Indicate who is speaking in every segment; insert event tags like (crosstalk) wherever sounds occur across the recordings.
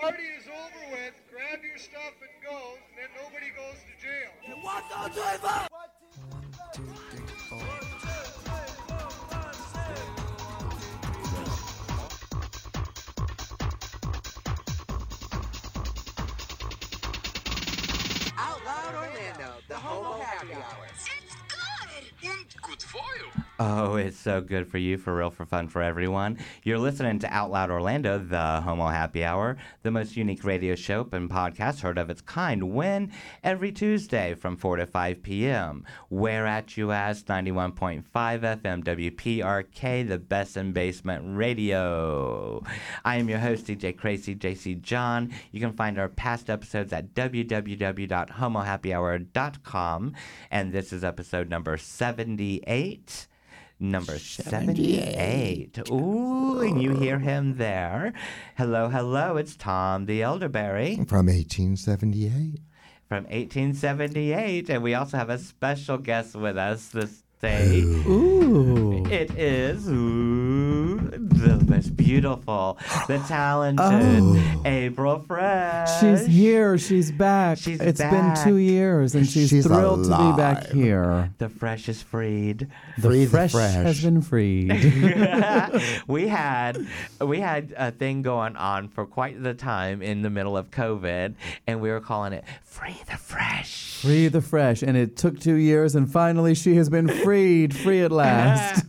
Speaker 1: party is over with, grab your stuff and go, and then nobody goes to jail.
Speaker 2: One, two, three, four.
Speaker 3: Out Loud Orlando, the Homo Happy Hour.
Speaker 4: It's good.
Speaker 5: Und gut for you.
Speaker 6: Oh, it's so good for you, for real, for fun, for everyone. You're listening to Out Loud Orlando, the Homo Happy Hour, the most unique radio show and podcast heard of its kind when every Tuesday from 4 to 5 p.m. Where at you ask 91.5 FM WPRK, the best in basement radio. I am your host, DJ Crazy JC John. You can find our past episodes at www.homohappyhour.com. And this is episode number 78 number 78. Ooh, and you hear him there. Hello, hello, it's Tom the Elderberry
Speaker 2: From 1878.
Speaker 6: from 1878. And we also have a special guest with us this day.
Speaker 7: Ooh.
Speaker 6: It is ooh, the most beautiful,
Speaker 7: (gasps)
Speaker 6: the talented
Speaker 7: Oh.
Speaker 6: April Fresh.
Speaker 7: She's here. She's back.
Speaker 6: She's
Speaker 7: It's
Speaker 6: back.
Speaker 7: been two years, and she's,
Speaker 2: She's
Speaker 7: thrilled to be
Speaker 2: alive.
Speaker 7: back here.
Speaker 6: The fresh is freed.
Speaker 7: The
Speaker 2: Free the
Speaker 7: fresh,
Speaker 2: fresh.
Speaker 7: has been
Speaker 6: (laughs)
Speaker 7: freed.
Speaker 6: we had we had a thing going on for quite the time in the middle of COVID, and we were calling it "Free the Fresh."
Speaker 7: free the fresh, and it took two years, and finally she has been freed, free
Speaker 6: (laughs)
Speaker 7: at last.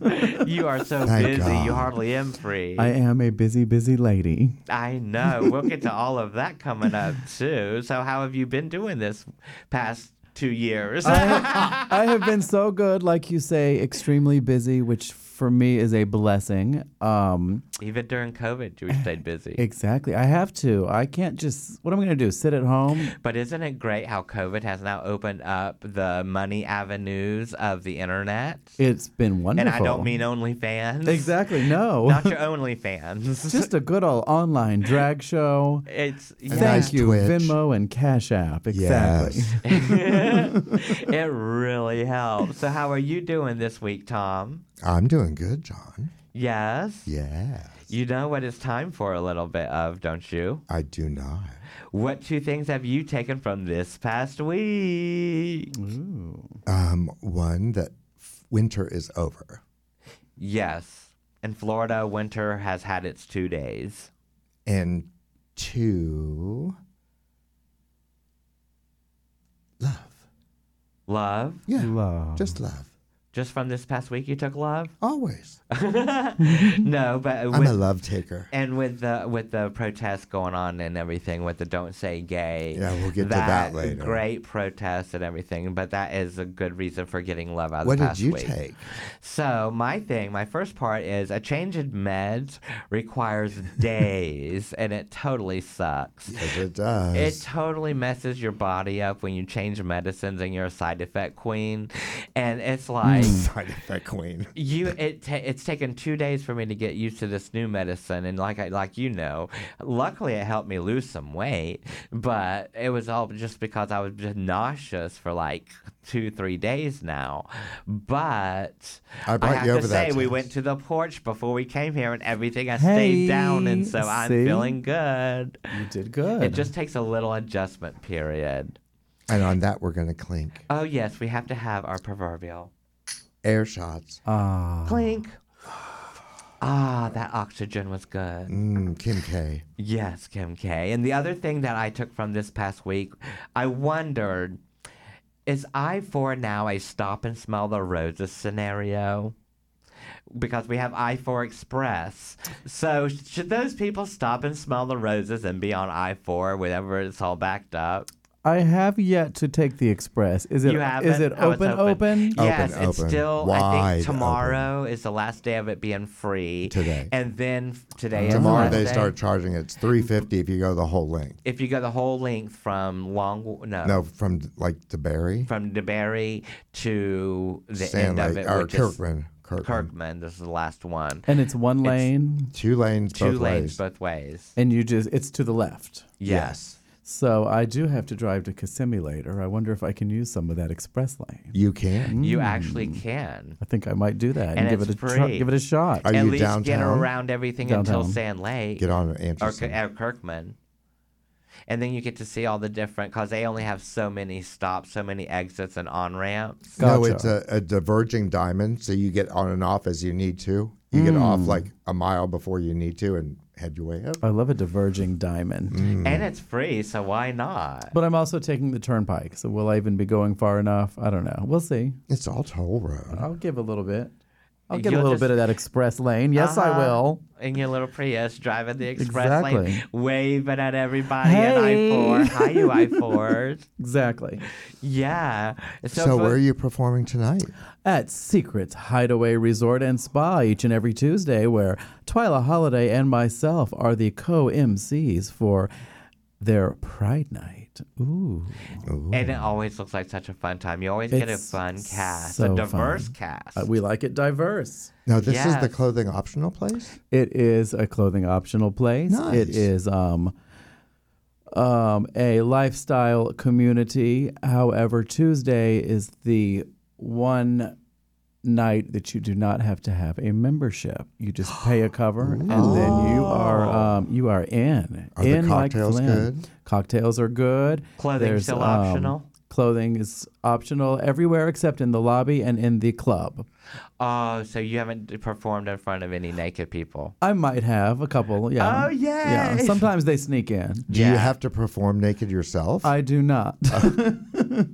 Speaker 6: (laughs) you are so
Speaker 2: Thank
Speaker 6: busy, you
Speaker 2: God.
Speaker 6: hardly am free.
Speaker 7: I am a busy, busy lady.
Speaker 6: (laughs) I know. We'll get to all of that coming up too. So, how have you been doing this past two years?
Speaker 7: I have been so good, like you say, extremely busy, which for me is a blessing. Um,
Speaker 6: (laughs) Even during COVID, we stayed busy.
Speaker 7: exactly. I have to. I can't just. What am I going to do? Sit at home?
Speaker 6: But isn't it great how COVID has now opened up the money avenues of the internet?
Speaker 7: It's been
Speaker 6: And
Speaker 7: wonderful.
Speaker 6: I don't mean OnlyFans.
Speaker 7: exactly. No. (laughs)
Speaker 6: Not your OnlyFans.
Speaker 7: just a good old online drag show.
Speaker 6: It's
Speaker 2: A
Speaker 7: Thank
Speaker 6: yeah,
Speaker 2: nice
Speaker 7: you,
Speaker 2: Twitch.
Speaker 7: Venmo and Cash App. Exactly.
Speaker 2: Yes.
Speaker 6: it really helps. So how are you doing this week, Tom?
Speaker 2: (laughs) I'm doing good, John.
Speaker 6: Yes.
Speaker 2: Yes.
Speaker 6: You know what it's time for a little bit of, don't you?
Speaker 2: I do not.
Speaker 6: What two things have you taken from this past week?
Speaker 2: Um, one, that f- winter is over.
Speaker 6: Yes. In Florida, winter has had its two days.
Speaker 2: And two, love.
Speaker 6: Love?
Speaker 2: Yeah.
Speaker 7: Love.
Speaker 2: Just love.
Speaker 6: Just from this past week, you took love? (laughs)
Speaker 2: Always.
Speaker 6: No, but
Speaker 2: I'm
Speaker 6: with,
Speaker 2: a love taker.
Speaker 6: and with the with the protests going on and everything with the don't say gay.
Speaker 2: Yeah, we'll get to that later.
Speaker 6: Great protests and everything, but that is a good reason for getting love out of
Speaker 2: What
Speaker 6: the past
Speaker 2: did you
Speaker 6: week.
Speaker 2: take?
Speaker 6: (laughs) So my thing, my first part is a change in meds requires days, and it totally sucks.
Speaker 2: Because it does. Hmm.
Speaker 6: It totally messes your body up when you change medicines and you're a side effect queen, and it's (laughs) like
Speaker 2: Side effect queen.
Speaker 6: you it ta- it's taken two days for me to get used to this new medicine and like I like you know luckily it helped me lose some weight but it was all just because I was just nauseous for like two three days now but
Speaker 2: I brought
Speaker 6: have
Speaker 2: you
Speaker 6: to
Speaker 2: over
Speaker 6: say
Speaker 2: that
Speaker 6: we
Speaker 2: test.
Speaker 6: went to the porch before we came here and everything I stayed down and
Speaker 7: Hey,
Speaker 6: so I'm
Speaker 7: see?
Speaker 6: feeling good
Speaker 7: You did good.
Speaker 6: it just takes a little adjustment period
Speaker 2: And on that, we're going to clink.
Speaker 6: oh yes we have to have our proverbial
Speaker 2: Air shots.
Speaker 7: Ah.
Speaker 6: clink ah that oxygen was good
Speaker 2: Mm, Kim K.
Speaker 6: Yes, Kim K. And the other thing that I took from this past week, I wondered is I for now a stop and smell the roses scenario? Because we have I for Express. So should those people stop and smell the roses and be on I for whenever it's all backed up?
Speaker 7: I have yet to take the express. Is it?
Speaker 6: you haven't?
Speaker 7: Is it
Speaker 6: Oh, it's
Speaker 7: open? Open?
Speaker 6: Yes,
Speaker 2: Open,
Speaker 6: it's
Speaker 2: open.
Speaker 6: still. I
Speaker 2: Wide
Speaker 6: think tomorrow is the last day of it being free.
Speaker 2: Today.
Speaker 6: and then f- today. is the
Speaker 2: Tomorrow
Speaker 6: last
Speaker 2: they
Speaker 6: day.
Speaker 2: start charging. It's three fifty if you go the whole length.
Speaker 6: If you go the whole length from Long, no,
Speaker 2: No, from like DeBerry,
Speaker 6: from DeBerry to the end of
Speaker 2: Sandlake,
Speaker 6: it,
Speaker 2: or
Speaker 6: which is
Speaker 2: Kirkman, Kirkman.
Speaker 6: Kirkman. This is the last one.
Speaker 7: And it's one lane,
Speaker 2: Two lanes,
Speaker 6: Two
Speaker 2: both
Speaker 6: lanes
Speaker 2: ways.
Speaker 6: both ways.
Speaker 7: and you just—it's to the left.
Speaker 6: Yes.
Speaker 7: So I do have to drive to Kissimmee later. I wonder if I can use some of that express lane.
Speaker 2: You can.
Speaker 6: You actually can.
Speaker 7: I think I might do that and,
Speaker 6: And
Speaker 7: give
Speaker 6: it's
Speaker 7: it a try-
Speaker 6: free.
Speaker 7: give it a shot.
Speaker 2: Are
Speaker 6: At
Speaker 2: you
Speaker 6: least get
Speaker 2: downtown?
Speaker 6: around everything until
Speaker 7: Downtown.
Speaker 6: Sand Lake
Speaker 2: Get on
Speaker 6: or, Ki-
Speaker 2: Anderson.
Speaker 6: or Kirkman. and then you get to see all the different because they only have so many stops, so many exits and on ramps.
Speaker 2: No,
Speaker 7: Gotcha.
Speaker 2: it's a, a diverging diamond, so you get on and off as you need to. You get off
Speaker 6: Hmm.
Speaker 2: like a mile before you need to and head your way up.
Speaker 7: I love a diverging diamond.
Speaker 2: Mm. Hmm.
Speaker 6: And it's free, so why not?
Speaker 7: But I'm also taking the turnpike, so will I even be going far enough? I don't know. We'll see.
Speaker 2: It's all toll
Speaker 6: Uh,
Speaker 2: road.
Speaker 7: I'll give a little bit. I'll give a
Speaker 6: You'll
Speaker 7: little
Speaker 6: just-
Speaker 7: bit of that express lane. Yes, I
Speaker 6: Uh-huh.
Speaker 7: will.
Speaker 6: In your little Prius, driving the express lane,
Speaker 7: Exactly.
Speaker 6: waving at everybody at I
Speaker 7: Hey.
Speaker 6: four. Hi, you
Speaker 2: (laughs)
Speaker 6: I fours.
Speaker 7: Exactly.
Speaker 6: Yeah.
Speaker 2: So,
Speaker 6: for-
Speaker 2: where are you performing tonight?
Speaker 7: At Secret Hideaway Resort and Spa each and every Tuesday, where Twyla Holiday and myself are the co MCs for their Pride Night. Ooh.
Speaker 6: And it always looks like such a fun time. You always get a
Speaker 7: It's
Speaker 6: fun cast,
Speaker 7: so
Speaker 6: a diverse
Speaker 7: fun.
Speaker 6: cast.
Speaker 7: Uh, we like it diverse.
Speaker 2: No, this is the
Speaker 6: Yes.
Speaker 2: clothing optional place.
Speaker 7: It is a clothing optional place.
Speaker 2: Nice.
Speaker 7: It is um um a lifestyle community. However, Tuesday is the one night that you do not have to have a membership. You just pay
Speaker 2: (gasps)
Speaker 7: a cover and then you are um you are in.
Speaker 2: Are the
Speaker 7: in like
Speaker 2: cocktails
Speaker 7: Flynn.
Speaker 2: good?
Speaker 7: Cocktails are good.
Speaker 6: Clothing's
Speaker 7: There's,
Speaker 6: still
Speaker 7: um,
Speaker 6: optional?
Speaker 7: Clothing is optional everywhere except in the lobby and in the club.
Speaker 6: oh, so you haven't d- performed in front of any naked people.
Speaker 7: I might have a couple. Yeah.
Speaker 6: Oh,
Speaker 7: Yeah.
Speaker 6: yay.
Speaker 7: Sometimes they
Speaker 6: (laughs)
Speaker 7: sneak in.
Speaker 2: Do you
Speaker 6: Yeah.
Speaker 2: have to perform naked yourself?
Speaker 7: I do not.
Speaker 6: Uh,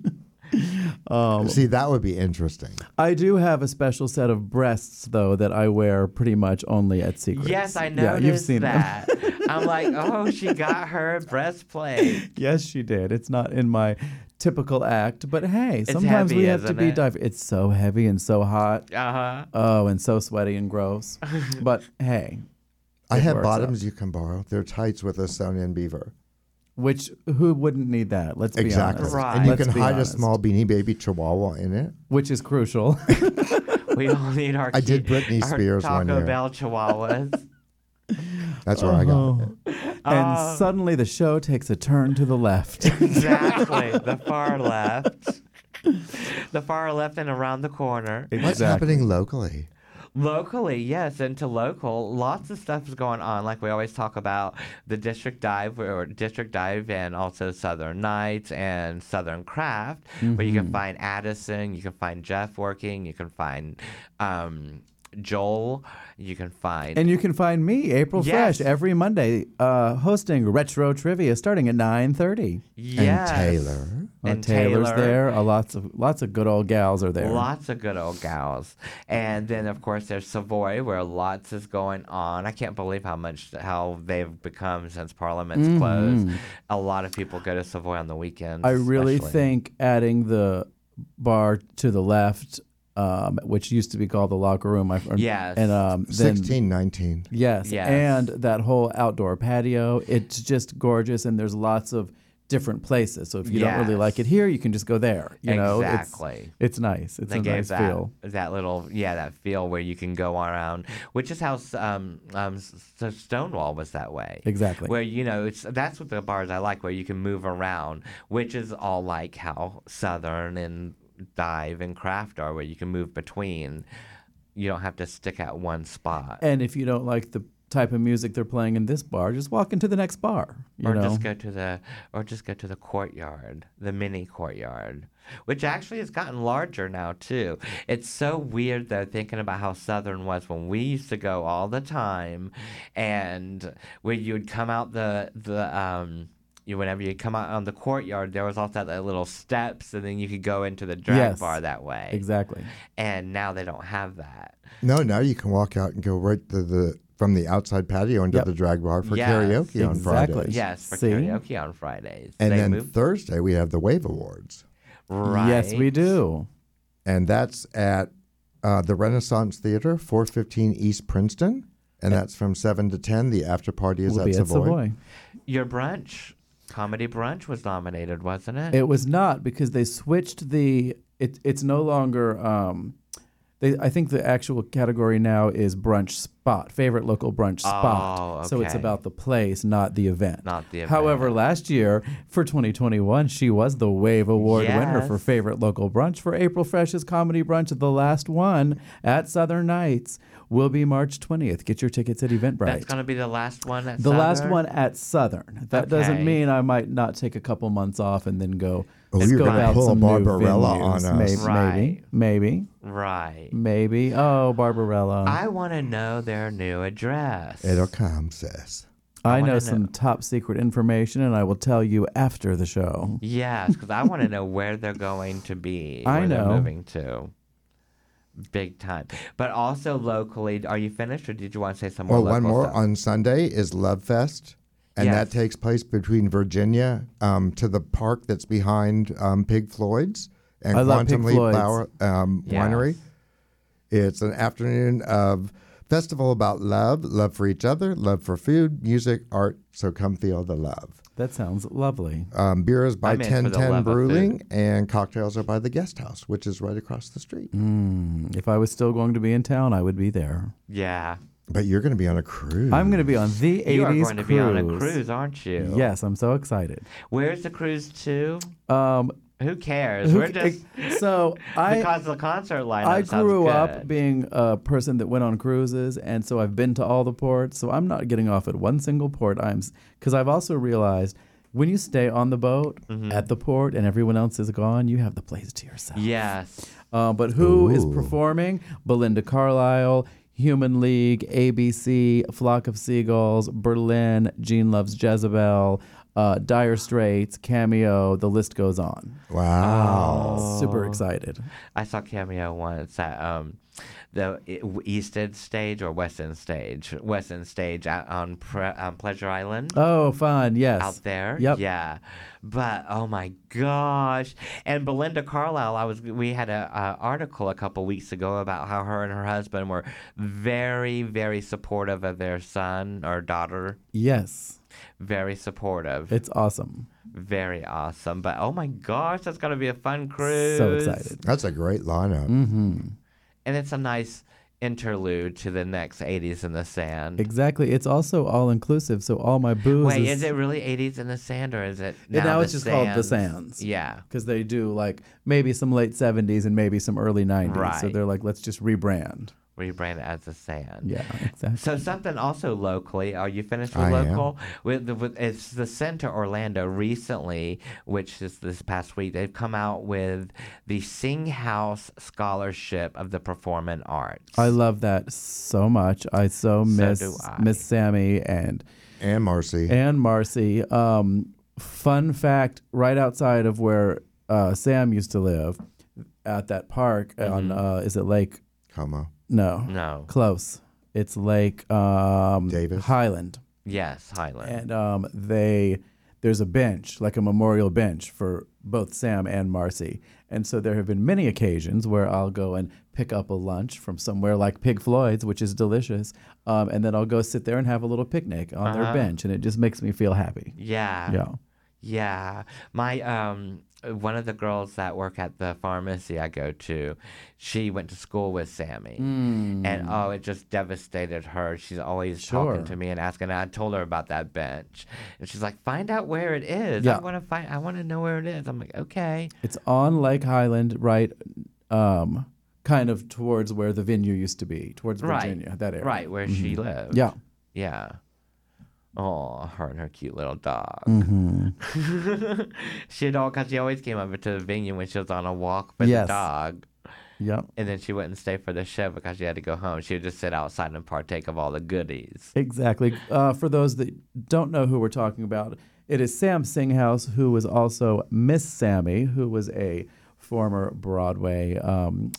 Speaker 6: Um,
Speaker 2: See, that would be interesting.
Speaker 7: I do have a special set of breasts though that I wear pretty much only at secret.
Speaker 6: Yes, I
Speaker 7: know. Yeah,
Speaker 6: noticed
Speaker 7: you've seen them.
Speaker 6: that. I'm like, oh, she got her breastplate.
Speaker 7: (laughs) yes, she did. It's not in my typical act, but hey, sometimes
Speaker 6: heavy,
Speaker 7: we have to
Speaker 6: isn't
Speaker 7: be
Speaker 6: it?
Speaker 7: dive. It's so heavy and so hot.
Speaker 6: Uh huh.
Speaker 7: Oh, and so sweaty and
Speaker 6: (laughs)
Speaker 7: gross. but hey,
Speaker 2: I have
Speaker 7: works out.
Speaker 2: bottoms you can borrow. They're tights with a sewn in beaver.
Speaker 7: which who wouldn't need that? Let's be
Speaker 2: Exactly.
Speaker 7: honest.
Speaker 6: Right.
Speaker 2: And you
Speaker 7: Let's
Speaker 2: can
Speaker 7: be
Speaker 2: hide
Speaker 7: honest.
Speaker 2: a small beanie baby chihuahua in it.
Speaker 7: which is crucial.
Speaker 6: We all need our.
Speaker 2: I did
Speaker 6: cute-
Speaker 2: Britney
Speaker 6: our
Speaker 2: Spears
Speaker 6: Taco
Speaker 2: one year.
Speaker 6: Bell chihuahuas.
Speaker 2: That's where (laughs) I got
Speaker 7: Uh-huh.
Speaker 2: it.
Speaker 6: Oh.
Speaker 7: (laughs) and suddenly the show takes a turn to
Speaker 6: (laughs)
Speaker 7: the left.
Speaker 6: exactly. The far left. The far left and around the corner.
Speaker 2: What's happening locally?
Speaker 6: Locally, yes, and to local, lots of stuff is going on. Like we always talk about the district dive, or district dive, and also Southern Nights and Southern Craft, where you can
Speaker 2: Mm-hmm.
Speaker 6: find Addison, you can find Jeff working, you can find um, Joel, you can find
Speaker 7: And you can find me, April
Speaker 6: Yes.
Speaker 7: Fresh, every Monday, uh, hosting retro trivia starting at nine thirty.
Speaker 6: yes,
Speaker 2: And Taylor.
Speaker 6: and
Speaker 7: Taylor's
Speaker 6: Taylor.
Speaker 7: there. Uh, lots of lots of good old gals are there.
Speaker 6: Lots of good old gals. And then, of course, there's Savoy, where lots is going on. I can't believe how much, how they've become since Parliament's closed. A lot of people go to Savoy on the weekends.
Speaker 7: Mm-hmm. I really
Speaker 6: especially.
Speaker 7: think adding the bar to the left, um, which used to be called the locker room, I, or-
Speaker 6: Yes.
Speaker 7: and um, then,
Speaker 2: 16, 19.
Speaker 7: yes,
Speaker 6: Yes.
Speaker 7: and that whole outdoor patio. It's just gorgeous, and there's lots of different places. So if you don't really
Speaker 6: Yes.
Speaker 7: like it here, you can just go there. You know, It's-
Speaker 6: Exactly.
Speaker 7: It's, nice. It's
Speaker 6: They
Speaker 7: a
Speaker 6: gave
Speaker 7: nice
Speaker 6: that,
Speaker 7: feel.
Speaker 6: that little, yeah, that feel where you can go around, which is how um, um, S- S- Stonewall was that way.
Speaker 7: Exactly.
Speaker 6: Where, you know, it's that's what the bars I like, where you can move around, which is all like how Southern and Dive and Craft are, where you can move between. You don't have to stick at one spot.
Speaker 7: And if you don't like the type of music they're playing in this bar, just walk into the next bar. You
Speaker 6: or
Speaker 7: know,
Speaker 6: just go to the or just go to the courtyard, the mini courtyard, which actually has gotten larger now too. It's so weird though thinking about how southern was when we used to go all the time, and when you would come out the the um. You, whenever you come out on the courtyard, there was also that little steps, and then you could go into the drag
Speaker 7: Yes.
Speaker 6: bar that way.
Speaker 7: exactly.
Speaker 6: And now they don't have that.
Speaker 2: No, now you can walk out and go right to the from the outside patio into
Speaker 7: Yep.
Speaker 2: the drag bar for
Speaker 6: Yes,
Speaker 2: karaoke on
Speaker 7: exactly.
Speaker 2: Fridays.
Speaker 6: Yes, for
Speaker 7: See?
Speaker 6: karaoke on Fridays.
Speaker 2: And
Speaker 6: they
Speaker 2: then
Speaker 6: moved
Speaker 2: Thursday we have the Wave Awards,
Speaker 6: right.
Speaker 7: Yes, we do.
Speaker 2: and that's at uh, the Renaissance Theater, 415 East Princeton, and that's from seven to ten. The after party is
Speaker 7: We'll
Speaker 2: at,
Speaker 7: be at
Speaker 2: Savoy.
Speaker 7: Savoy.
Speaker 6: Your brunch, comedy brunch, was nominated, wasn't it?
Speaker 7: It was not because they switched the. It, it's no longer. Um, they, I think the actual category now is brunch spot, favorite local brunch spot.
Speaker 6: Oh,
Speaker 7: So it's
Speaker 6: okay.
Speaker 7: about the place, not the event.
Speaker 6: Not the event.
Speaker 7: However, last year for 2021, she was the Wave Award winner for
Speaker 6: Yes.
Speaker 7: favorite local brunch for April Fresh's comedy brunch, the last one at Southern Nights, will be March 20th. Get your tickets at
Speaker 6: That's
Speaker 7: Eventbrite.
Speaker 6: going to be the last one. At
Speaker 7: the last
Speaker 6: Southern?
Speaker 7: one at Southern. That doesn't
Speaker 6: Okay.
Speaker 7: mean I might not take a couple months off and then go.
Speaker 2: Oh,
Speaker 7: let's
Speaker 2: you're
Speaker 7: go
Speaker 2: gonna
Speaker 7: about
Speaker 2: pull a
Speaker 7: some new
Speaker 2: Barbarella
Speaker 7: venues.
Speaker 2: on us.
Speaker 7: Maybe,
Speaker 6: Right.
Speaker 7: maybe,
Speaker 6: Right.
Speaker 7: maybe, maybe. Oh, Barbarella. I,
Speaker 6: I want to know their new address.
Speaker 2: It'll come, sis.
Speaker 7: know
Speaker 6: wanna
Speaker 7: some
Speaker 6: know.
Speaker 7: top secret information, and I will tell you after the show.
Speaker 6: Yes, because I want to know where they're going to be.
Speaker 7: (laughs) I
Speaker 6: where they're
Speaker 7: know.
Speaker 6: moving to. Big time. But also locally, are you finished or did you want to say some
Speaker 7: Oh,
Speaker 6: more?
Speaker 2: Well, Oh, one
Speaker 6: local
Speaker 2: more
Speaker 6: stuff?
Speaker 2: on Sunday is Love Fest, and
Speaker 6: Yes.
Speaker 2: that takes place between Virginia um, to the park that's behind um, Pig Floyd's and
Speaker 7: I love Pig
Speaker 2: Quantum Leap
Speaker 7: Floyd's.
Speaker 2: Bower, um,
Speaker 6: Yes.
Speaker 2: Winery. It's an afternoon of festival about love, love for each other, love for food, music, art. So come feel the love.
Speaker 7: That sounds lovely.
Speaker 2: Um, beer is by
Speaker 6: I'm in for the
Speaker 2: 1010
Speaker 6: love of food.
Speaker 2: Brewing, and cocktails are by the Guest House, which is right across the street.
Speaker 6: Mm.
Speaker 7: If I was still going to be in town, I would be there.
Speaker 6: Yeah.
Speaker 2: But you're going to be on a cruise.
Speaker 7: I'm going to be on the 80s
Speaker 6: You are going to
Speaker 7: cruise.
Speaker 6: be on a cruise, aren't you?
Speaker 7: Yes, I'm so excited.
Speaker 6: Where's the cruise to?
Speaker 7: Um,
Speaker 6: Who cares?
Speaker 7: who
Speaker 6: We're
Speaker 7: ca-
Speaker 6: just.
Speaker 7: so I
Speaker 6: because the concert lineup
Speaker 7: I
Speaker 6: sounds
Speaker 7: grew up
Speaker 6: good.
Speaker 7: being a person that went on cruises, and so I've been to all the ports. So I'm not getting off at one single port. I'm because I've also realized when you stay on the boat
Speaker 6: Mm-hmm.
Speaker 7: at the port and everyone else is gone, you have the place to yourself.
Speaker 6: Yes.
Speaker 7: Uh, but who is
Speaker 2: Ooh.
Speaker 7: performing? Belinda Carlisle, Human League, ABC, Flock of Seagulls, Berlin, Gene Loves Jezebel, uh, Dire Straits, Cameo. The list goes on.
Speaker 6: Ah.
Speaker 2: Wow.
Speaker 7: Super excited.
Speaker 6: I saw Cameo once at um, the E- East End stage or West End stage. West End stage out on, Pre- on Pleasure Island.
Speaker 7: Oh, fun. Yes.
Speaker 6: out there.
Speaker 7: Yep.
Speaker 6: Yeah. But oh my gosh! And Belinda Carlisle, I was we had a, uh article a couple weeks ago about how her and her husband were very very supportive of their son or daughter.
Speaker 7: Yes.
Speaker 6: Very supportive.
Speaker 7: It's awesome.
Speaker 6: very awesome. But oh my gosh, that's gonna be a fun cruise.
Speaker 7: So excited.
Speaker 2: That's a great lineup.
Speaker 6: And it's a nice interlude to the next 80s in the sand.
Speaker 7: Exactly. It's also all inclusive. So all my booze.
Speaker 6: Wait, is it really 80s in the sand or is it now,
Speaker 7: now
Speaker 6: the
Speaker 7: it's just called The Sands.
Speaker 6: Yeah.
Speaker 7: Because they do like maybe some late 70s and maybe some early 90s. So
Speaker 6: Right.
Speaker 7: they're like, let's just rebrand.
Speaker 6: Rebrand it as The Sand. (laughs)
Speaker 7: Yeah, exactly.
Speaker 6: So something also locally. Are you finished with
Speaker 2: I am.
Speaker 6: local? With, the- with it's the Center Orlando recently, which is this past week. They've come out with the Sing House Scholarship of the Performing Arts.
Speaker 7: I love that so much. I so miss
Speaker 6: do I.
Speaker 7: Miss Sammy and
Speaker 2: And Marcy.
Speaker 7: and Marcy. Um, fun fact: right outside of where uh, Sam used to live, at that park on
Speaker 6: Mm-hmm.
Speaker 7: uh, is it Lake?
Speaker 2: Como.
Speaker 7: No,
Speaker 6: no.
Speaker 7: close. It's Lake um,
Speaker 2: Davis?
Speaker 7: Highland,
Speaker 6: Yes, Highland.
Speaker 7: and um, they there's a bench like a memorial bench for both Sam and Marcy. And so there have been many occasions where I'll go and pick up a lunch from somewhere like Pig Floyd's, which is delicious, um, and then I'll go sit there and have a little picnic on their bench, and it just makes me feel happy.
Speaker 6: Uh-huh. yeah.
Speaker 7: Yeah.
Speaker 6: Yeah. My um one of the girls that work at the pharmacy I go to, she went to school with Sammy. And oh, it just devastated her. She's always
Speaker 7: Hmm. Sure.
Speaker 6: talking to me and asking. I told her about that bench. And she's like, "Find out where it is.
Speaker 7: Yeah.
Speaker 6: I want to find I want to know where it is." I'm like, "Okay."
Speaker 7: It's on Lake Highland, right, um, kind of towards where the venue used to be, towards Virginia,
Speaker 6: right.
Speaker 7: that area. Mm-hmm.
Speaker 6: Right, where she lives.
Speaker 7: Yeah.
Speaker 6: Yeah. Oh, her and her cute little dog.
Speaker 7: Mm-hmm.
Speaker 6: (laughs) she had all because she always came over to the venue when she was on a walk with
Speaker 7: Yes.
Speaker 6: the dog.
Speaker 7: Yep.
Speaker 6: And then she wouldn't stay for the show because she had to go home. She would just sit outside and partake of all the goodies.
Speaker 7: Exactly. Uh, for those that don't know who we're talking about, it is Sam Singhouse, who was also Miss Sammy, who was a former Broadway. Um,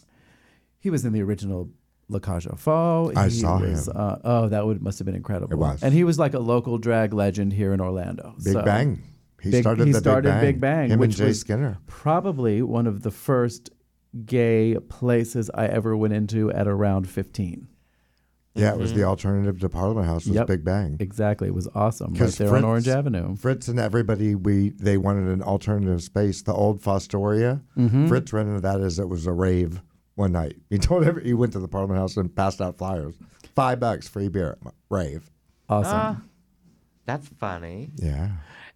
Speaker 7: he was in the original La Cage aux Folles.
Speaker 2: I
Speaker 7: He
Speaker 2: saw
Speaker 7: was,
Speaker 2: him.
Speaker 7: Uh, oh, that would must have been incredible.
Speaker 2: It was.
Speaker 7: And he was like a local drag legend here in Orlando.
Speaker 2: Big
Speaker 7: So-
Speaker 2: Bang. He
Speaker 7: Big-
Speaker 2: started
Speaker 7: he
Speaker 2: the
Speaker 7: started
Speaker 2: Big Bang.
Speaker 7: Big Bang,
Speaker 2: Him
Speaker 7: which
Speaker 2: and Jay
Speaker 7: was-
Speaker 2: Skinner.
Speaker 7: probably one of the first gay places I ever went into at around 15.
Speaker 2: Yeah, it was the alternative to Parliament House was
Speaker 7: Mm-hmm. Yep.
Speaker 2: Big Bang.
Speaker 7: Exactly. It was awesome. Right
Speaker 2: 'Cause
Speaker 7: there on
Speaker 2: Fritz-
Speaker 7: Orange Avenue.
Speaker 2: Fritz and everybody, we they wanted an alternative space. The old Fostoria.
Speaker 7: Mm-hmm.
Speaker 2: Fritz rented that as it was a rave one night. (laughs) He told every, he went to the Parliament House and passed out flyers. Five bucks free beer at my- rave.
Speaker 7: Awesome.
Speaker 6: That's funny.
Speaker 2: Yeah.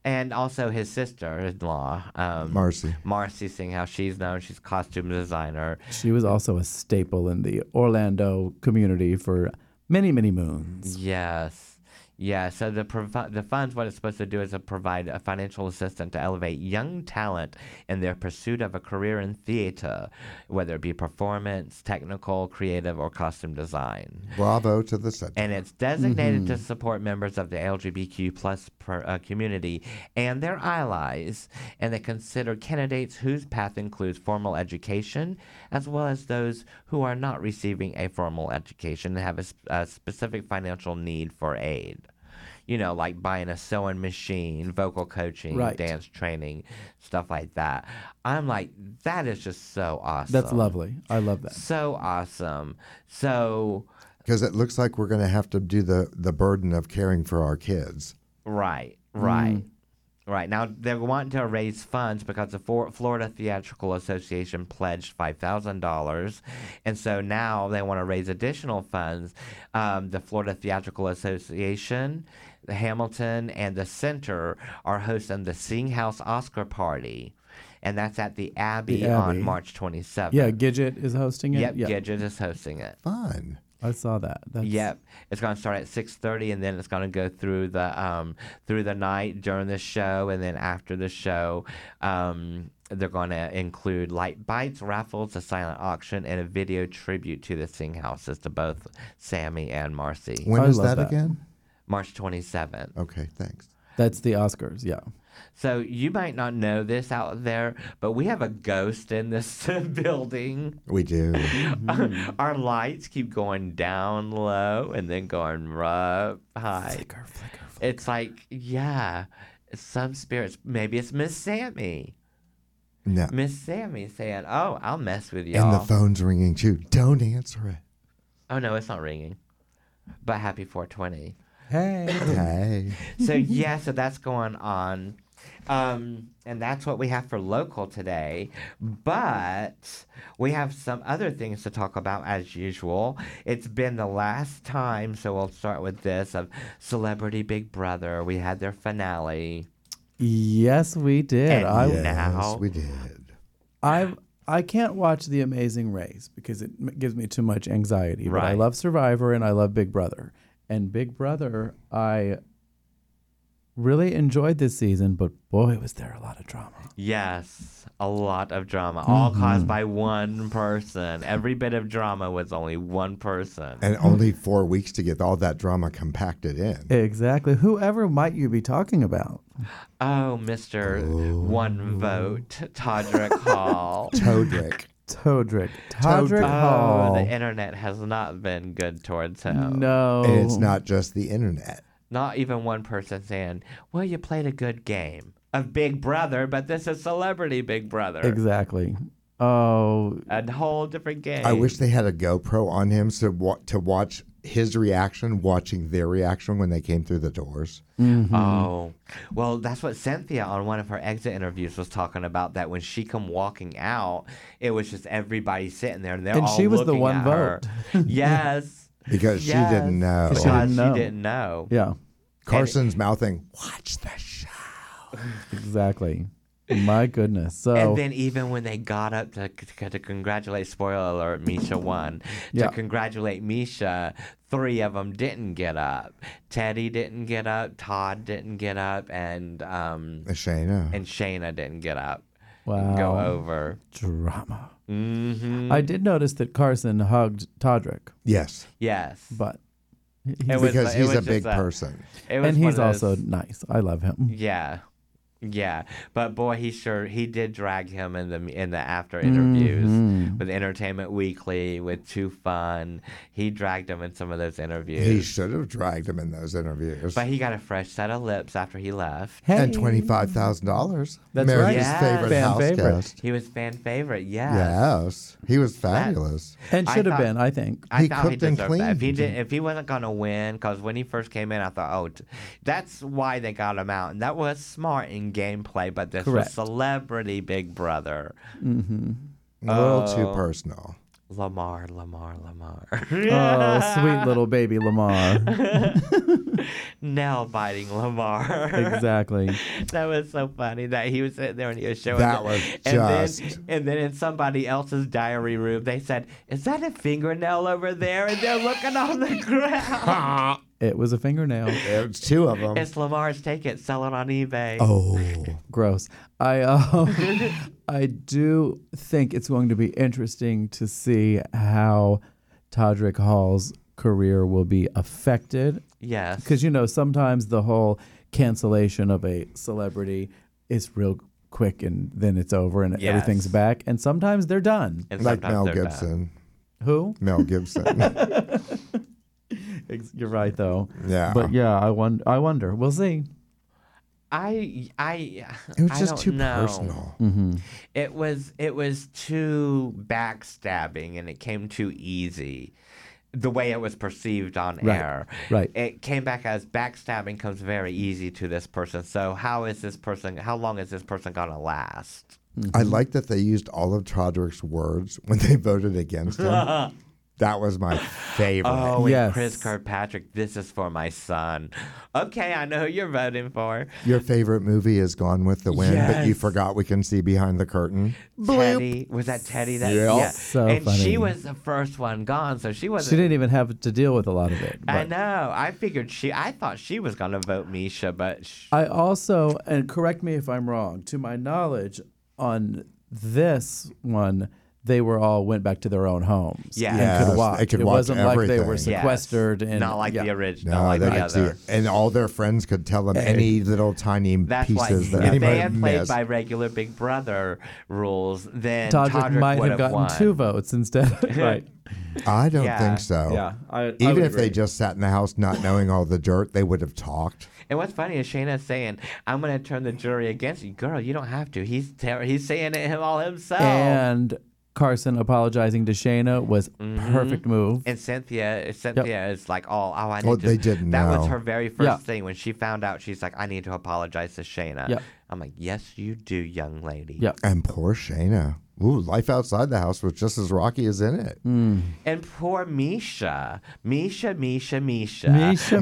Speaker 6: and also his sister-in-law, um,
Speaker 2: Marcy.
Speaker 6: Marcy Singh, how she's known. She's a costume designer.
Speaker 7: She was also a staple in the Orlando community for many, many moons.
Speaker 6: Yes. Yeah, so the provi- the funds what it's supposed to do is to provide a financial assistance to elevate young talent in their pursuit of a career in theater, whether it be performance, technical, creative, or costume design.
Speaker 2: Bravo to the center.
Speaker 6: And it's designated to
Speaker 7: Mm-hmm.
Speaker 6: support members of the LGBTQ plus per, uh, community and their allies, and they consider candidates whose path includes formal education, as well as those who are not receiving a formal education and have a, sp- a specific financial need for aid. You know, like buying a sewing machine, vocal coaching,
Speaker 7: Right.
Speaker 6: dance training, stuff like that. I'm like, that is just so awesome.
Speaker 7: That's lovely. I love that.
Speaker 6: So awesome. So,
Speaker 2: Because it looks like we're going to have to do the, the burden of caring for our kids.
Speaker 6: Right,
Speaker 7: Mm.
Speaker 6: right, right. Now they're wanting to raise funds because the For- Florida Theatrical Association pledged five thousand dollars, and so now they want to raise additional funds. Um, the Florida Theatrical Association, the Hamilton, and the Center are hosting the Sing House Oscar Party, and that's at the Abbey,
Speaker 7: Abbey.
Speaker 6: on March twenty seventh.
Speaker 7: Yeah, Gidget is hosting it.
Speaker 6: Yep,
Speaker 7: yeah,
Speaker 6: Gidget is hosting it.
Speaker 2: Fun.
Speaker 7: I saw that. That's,
Speaker 6: Yep, it's gonna start at six thirty, and then it's gonna go through the um through the night during the show, and then after the show, um they're gonna include light bites, raffles, a silent auction, and a video tribute to the Sing Houses to both Sammy and Marcy,
Speaker 2: When
Speaker 7: I
Speaker 2: is that,
Speaker 7: love that.
Speaker 2: again?
Speaker 6: March twenty seventh.
Speaker 2: Okay, thanks.
Speaker 7: That's the Oscars. Yeah.
Speaker 6: So you might not know this out there, but we have a ghost in this (laughs) building. (gasps)
Speaker 2: We do.
Speaker 6: Our lights keep going down low and then going up high.
Speaker 7: Flicker, flicker, flicker.
Speaker 6: It's like, yeah, some spirits. Maybe it's Miss Sammy.
Speaker 2: No.
Speaker 6: Miss Sammy saying, "Oh, I'll mess with y'all."
Speaker 2: And the phone's ringing too. Don't answer it.
Speaker 6: oh no, it's not ringing. But happy 420.
Speaker 2: (laughs)
Speaker 7: Hey.
Speaker 2: Hey.
Speaker 6: So yeah, so that's going on, um, and that's what we have for local today. But we have some other things to talk about as usual. It's been the last time, so we'll start with this of Celebrity Big Brother. We had their finale.
Speaker 7: yes, we did.
Speaker 6: And
Speaker 7: I
Speaker 6: yeah. Oh, Now.
Speaker 2: Yes, we did.
Speaker 7: I I can't watch The Amazing Race because it m- gives me too much anxiety. But I
Speaker 6: Right.
Speaker 7: love Survivor and I love Big Brother. And Big Brother, I really enjoyed this season, but boy, was there a lot of drama.
Speaker 6: Yes, a lot of drama, all
Speaker 2: Mm-hmm.
Speaker 6: caused by one person. Every bit of drama was only one person.
Speaker 2: And only four weeks to get all that drama compacted in.
Speaker 7: Exactly. Whoever might you be talking about?
Speaker 6: Oh, Mr. One Vote, Todrick
Speaker 2: (laughs)
Speaker 6: Hall. (laughs)
Speaker 2: Oh. Todrick.
Speaker 7: Todrick. Todrick
Speaker 2: Todrick.
Speaker 6: Oh,
Speaker 7: Hall.
Speaker 6: the internet has not been good towards him.
Speaker 7: no.
Speaker 2: And it's not just the internet.
Speaker 6: Not even one person saying, Well, you played a good game of Big Brother, but this is Celebrity Big Brother.
Speaker 7: Exactly. Oh,
Speaker 6: A whole different game.
Speaker 2: I wish they had a GoPro on him so wa- to watch his reaction, watching their reaction when they came through the doors.
Speaker 7: Mm-hmm.
Speaker 6: Oh, well, that's what Cynthia on one of her exit interviews was talking about. That when she come walking out, it was just everybody sitting there, and they're
Speaker 7: And
Speaker 6: all
Speaker 7: she was the
Speaker 6: looking
Speaker 7: one
Speaker 6: at her.
Speaker 7: (laughs)
Speaker 6: yes,
Speaker 2: Because she didn't know.
Speaker 6: Because
Speaker 7: She didn't know.
Speaker 6: She didn't know.
Speaker 7: yeah.
Speaker 2: Carson's mouthing, "Watch the show."
Speaker 7: Exactly. My goodness. So.
Speaker 6: And then even when they got up to, to, to congratulate, spoiler alert, Misha won.
Speaker 7: Yeah.
Speaker 6: To congratulate Misha, three of them didn't get up. Teddy didn't get up. Todd didn't get up, and um,
Speaker 2: Shayna.
Speaker 6: and Shayna didn't get up.
Speaker 7: Wow.
Speaker 6: Go over.
Speaker 7: drama.
Speaker 6: hmm
Speaker 7: I did notice that Carson hugged Todrick,
Speaker 2: yes,
Speaker 6: Yes.
Speaker 7: but
Speaker 6: It was-
Speaker 2: because
Speaker 6: it
Speaker 2: he's
Speaker 6: was
Speaker 2: a big
Speaker 6: just a-
Speaker 2: person.
Speaker 6: It was
Speaker 7: and
Speaker 6: one
Speaker 7: he's
Speaker 6: of those-
Speaker 7: also nice. I love him.
Speaker 6: yeah, yeah. But boy, he sure he did drag him in the in the after interviews
Speaker 2: Mm-hmm.
Speaker 6: with Entertainment Weekly with Too Fun. He dragged him in some of those interviews.
Speaker 2: He should have dragged him in those interviews.
Speaker 6: but he got a fresh set of lips after he left.
Speaker 7: Hey,
Speaker 2: and twenty five thousand dollars.
Speaker 7: That's right.
Speaker 2: America's
Speaker 6: Yes.
Speaker 2: favorite
Speaker 7: Fan
Speaker 2: house
Speaker 7: favorite.
Speaker 2: guest.
Speaker 6: He was fan favorite. Yes.
Speaker 2: Yes, he was fabulous.
Speaker 7: and
Speaker 6: I
Speaker 7: should have
Speaker 6: thought-
Speaker 7: been, I think.
Speaker 6: (laughs) I
Speaker 2: He
Speaker 6: thought
Speaker 2: cooked
Speaker 6: he
Speaker 2: and
Speaker 6: deserved that. If he
Speaker 2: cleaned.
Speaker 6: did, if he wasn't gonna win, because when he first came in, I thought, oh, t- that's why they got him out, and that was smart in gameplay. But this
Speaker 7: Correct.
Speaker 6: was celebrity Big Brother,
Speaker 2: A little too
Speaker 6: Oh.
Speaker 2: personal.
Speaker 6: Lamar, Lamar, (laughs) Lamar.
Speaker 7: Oh, sweet little baby Lamar.
Speaker 6: nail biting Lamar.
Speaker 7: exactly.
Speaker 6: (laughs) that was so funny that he was sitting there and he was showing
Speaker 2: That
Speaker 6: the-
Speaker 2: was
Speaker 6: And
Speaker 2: just-
Speaker 6: then, and then in somebody else's diary room, they said, "Is that a fingernail over there?" And they're looking on the
Speaker 2: (laughs)
Speaker 6: ground.
Speaker 7: It was a fingernail.
Speaker 2: There's two of them.
Speaker 6: it's Lamar's ticket. Sell it on eBay. (laughs)
Speaker 2: Oh.
Speaker 7: Gross. I um, I do think it's going to be interesting to see how Todrick Hall's career will be affected
Speaker 6: yes.
Speaker 7: because you know sometimes the whole cancellation of a celebrity is real quick and then it's over and
Speaker 6: Yes.
Speaker 7: everything's back and sometimes they're done.
Speaker 6: And
Speaker 2: Like
Speaker 6: sometimes
Speaker 2: Mel
Speaker 6: they're bad.
Speaker 2: Gibson.
Speaker 7: Who?
Speaker 6: (laughs)
Speaker 2: Mel Gibson.
Speaker 7: Ex- You're right though.
Speaker 2: Yeah.
Speaker 7: But yeah, I wonder. I wonder. We'll see.
Speaker 6: I I
Speaker 2: It was
Speaker 6: I
Speaker 2: just
Speaker 6: don't
Speaker 2: too
Speaker 6: know.
Speaker 2: personal.
Speaker 6: It was it was too backstabbing and it came too easy. The way it was perceived on
Speaker 7: Right,
Speaker 6: air.
Speaker 7: right.
Speaker 6: It came back as backstabbing comes very easy to this person. So how is this person how long is this person gonna last?
Speaker 2: I like that they used all of Todrick's words when they voted against him.
Speaker 6: (laughs)
Speaker 2: that was my favorite.
Speaker 6: Oh, and
Speaker 7: Yes.
Speaker 6: Chris Kirkpatrick, this is for my son. Okay, I know who you're voting for.
Speaker 2: Your favorite movie is Gone with the Wind, but you
Speaker 6: Yes.
Speaker 2: forgot we can see behind the curtain.
Speaker 6: Teddy. Was that Teddy that
Speaker 2: Yeah.
Speaker 7: So
Speaker 6: and
Speaker 7: funny.
Speaker 6: she was the first one gone, so she wasn't
Speaker 7: She didn't even have to deal with a lot of it.
Speaker 6: I
Speaker 7: but-
Speaker 6: know. I figured she. I thought she was gonna vote Misha, but sh-
Speaker 7: I also, and correct me if I'm wrong, to my knowledge, on this one, they were all went back to their own homes.
Speaker 6: Yeah.
Speaker 7: and
Speaker 2: Yes,
Speaker 7: could watch.
Speaker 2: they could
Speaker 7: it
Speaker 2: watch
Speaker 7: wasn't like they were
Speaker 2: everything.
Speaker 6: Yes.
Speaker 7: sequestered and
Speaker 6: not like
Speaker 7: yeah.
Speaker 6: the original, not like
Speaker 2: they
Speaker 6: the
Speaker 2: could see
Speaker 6: other.
Speaker 2: it. And all their friends could tell them any little tiny
Speaker 6: That's why
Speaker 2: pieces that
Speaker 6: if
Speaker 2: anybody
Speaker 6: they had played
Speaker 2: missed.
Speaker 6: by regular Big Brother rules, then
Speaker 7: Todrick,
Speaker 6: Todrick,
Speaker 7: might
Speaker 6: would
Speaker 7: have gotten
Speaker 6: won.
Speaker 7: two votes instead. (laughs) right.
Speaker 2: I don't
Speaker 6: Yeah.
Speaker 2: think so.
Speaker 7: Yeah, I- I would
Speaker 2: Even if
Speaker 7: agree.
Speaker 2: they just sat in the house not knowing all the dirt, they would have talked.
Speaker 6: And what's funny is Shayna's saying, "I'm gonna turn the jury against you, girl. You don't have to. He's ter- he's saying it him all himself." And,
Speaker 7: And Carson apologizing to Shayna was
Speaker 6: Mm-hmm.
Speaker 7: perfect move.
Speaker 6: Cynthia, Cynthia is like, "Oh, oh, I need
Speaker 2: Well,
Speaker 6: to."
Speaker 2: they didn't
Speaker 6: That
Speaker 2: know.
Speaker 6: was her very first
Speaker 7: Yeah.
Speaker 6: thing when she found out. She's like, "I need to apologize to Shayna."
Speaker 7: Yeah.
Speaker 6: I'm like, "Yes, you do, young lady."
Speaker 7: Yeah.
Speaker 2: And poor Shayna. Ooh, life outside the house was just as rocky as in it.
Speaker 6: And poor Misha. Misha, Misha, Misha.
Speaker 7: Misha,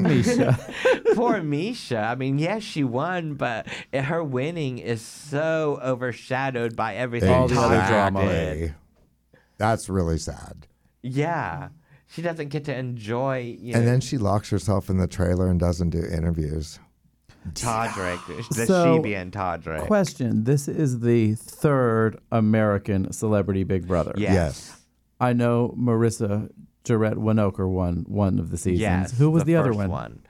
Speaker 6: (laughs)
Speaker 7: Misha.
Speaker 6: poor Misha. I mean, yes, she won, but her winning is so overshadowed by everything.
Speaker 7: All the other
Speaker 6: Todrick
Speaker 7: drama.
Speaker 6: did.
Speaker 2: That's really sad.
Speaker 6: Yeah. She doesn't get to enjoy, you know,
Speaker 2: And then she locks herself in the trailer and doesn't do interviews. (sighs)
Speaker 6: Todrick, the
Speaker 7: So,
Speaker 6: Shebian Todrick.
Speaker 7: Question: This is the third American celebrity Big Brother.
Speaker 6: yes.
Speaker 2: Yes.
Speaker 7: I know Marissa Jarrett Winokur won one of the seasons.
Speaker 6: Yes.
Speaker 7: Who was the, other
Speaker 6: first
Speaker 7: one?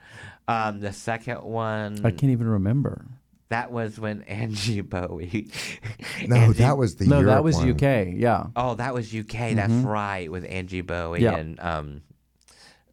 Speaker 6: Um, the second one,
Speaker 7: I can't even remember.
Speaker 6: that was when Angie (laughs) Bowie.
Speaker 2: No,
Speaker 6: Angie
Speaker 2: that was the
Speaker 7: no, that
Speaker 2: Europe
Speaker 7: was
Speaker 2: one.
Speaker 7: UK. Yeah,
Speaker 6: Oh, that was UK. That's
Speaker 2: Mm-hmm.
Speaker 6: right, with Angie Bowie
Speaker 7: Yeah.
Speaker 6: and um,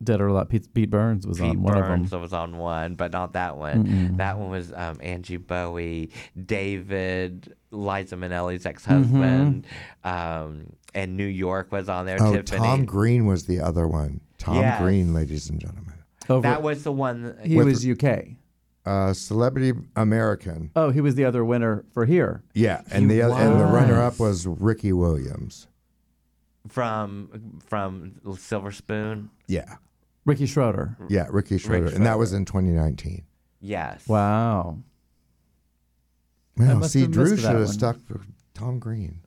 Speaker 7: Dead or Alive. Pete, Pete Burns was
Speaker 6: Pete
Speaker 7: on one
Speaker 6: Burns
Speaker 7: of them.
Speaker 6: was on one, but not that one. That one was um, Angie Bowie, David, Liza Minnelli's ex-husband,
Speaker 7: Mm-hmm.
Speaker 6: um, and New York was on there.
Speaker 2: Oh,
Speaker 6: Tiffany.
Speaker 2: Tom Green was the other one. Tom
Speaker 6: Yes.
Speaker 2: Green, ladies and gentlemen.
Speaker 7: Over,
Speaker 6: that was the one.
Speaker 7: Oh, he
Speaker 2: with-
Speaker 7: was UK.
Speaker 2: Uh, celebrity American.
Speaker 7: Oh, he was the other winner for here.
Speaker 2: Yeah, and the oth- and the runner up was Ricky Williams.
Speaker 6: from from Silver Spoon.
Speaker 2: Yeah,
Speaker 7: Ricky Schroeder.
Speaker 2: yeah, Ricky Schroeder, and that
Speaker 6: Schroeder.
Speaker 2: was in 2019.
Speaker 6: Yes.
Speaker 7: Wow.
Speaker 2: Well,
Speaker 7: must
Speaker 2: see,
Speaker 7: have
Speaker 2: Drew
Speaker 7: missed
Speaker 2: should
Speaker 7: that
Speaker 2: have
Speaker 7: one.
Speaker 2: stuck with Tom Green.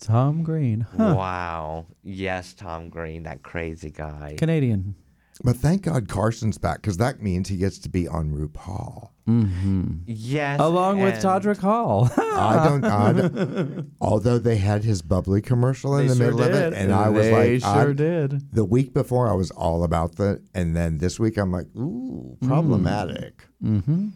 Speaker 7: Tom Green. Huh.
Speaker 6: Wow. Yes, Tom Green, that crazy guy.
Speaker 7: Canadian.
Speaker 2: But thank God Carson's back because that means he gets to be on RuPaul.
Speaker 6: yes.
Speaker 7: Along with
Speaker 6: and-
Speaker 7: Todrick Hall.
Speaker 2: I don't. I don't- although they had his bubbly commercial in
Speaker 7: (laughs) They
Speaker 2: the
Speaker 7: sure
Speaker 2: middle of
Speaker 7: did.
Speaker 2: it, and I was
Speaker 7: They
Speaker 2: like, I-
Speaker 7: sure did.
Speaker 2: The week before, I was all about that, and then this week, I'm like, ooh,
Speaker 7: Hmm.
Speaker 2: problematic.
Speaker 6: That's funny.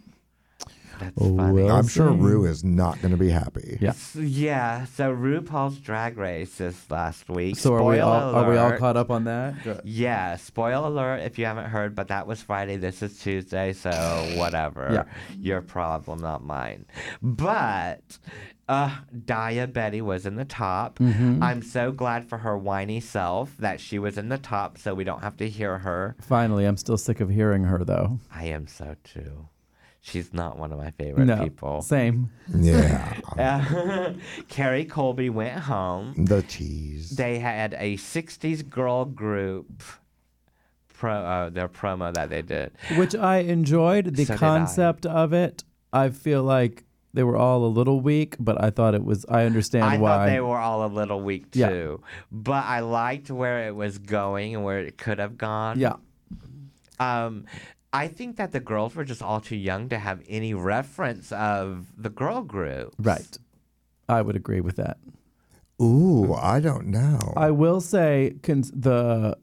Speaker 7: Oh, well.
Speaker 2: I'm sure
Speaker 7: see.
Speaker 2: Rue is not going to be happy.
Speaker 7: Yeah.
Speaker 6: S- Yeah, so RuPaul's Drag Race is last week.
Speaker 7: So are we
Speaker 6: Spoiler
Speaker 7: all are we all
Speaker 6: alert.
Speaker 7: caught up on that?
Speaker 6: Yeah, spoiler alert if you haven't heard, but that was Friday. This is Tuesday, so whatever. Your problem, not mine. But uh, Daya Betty was in the top. I'm so glad for her whiny self that she was in the top, so we don't have to hear her.
Speaker 7: Finally, I'm still sick of hearing her though.
Speaker 6: I am so too. She's not one of my favorite
Speaker 7: no,
Speaker 6: people.
Speaker 7: same.
Speaker 2: Yeah,
Speaker 6: Carrie Colby went home.
Speaker 2: the tease.
Speaker 6: they had a 60s girl group pro uh, their promo that they did.
Speaker 7: which I enjoyed the
Speaker 6: So did I.
Speaker 7: concept of it. I feel like they were all a little weak, but I thought it was. I understand
Speaker 6: I
Speaker 7: why.
Speaker 6: thought they were all a little weak
Speaker 7: Yeah.
Speaker 6: too, but I liked where it was going and where it could have gone.
Speaker 7: yeah,
Speaker 6: Um, I think that the girls were just all too young to have any reference of the girl group.
Speaker 7: right. I would agree with that.
Speaker 2: Ooh, I don't know.
Speaker 7: I will say cons- the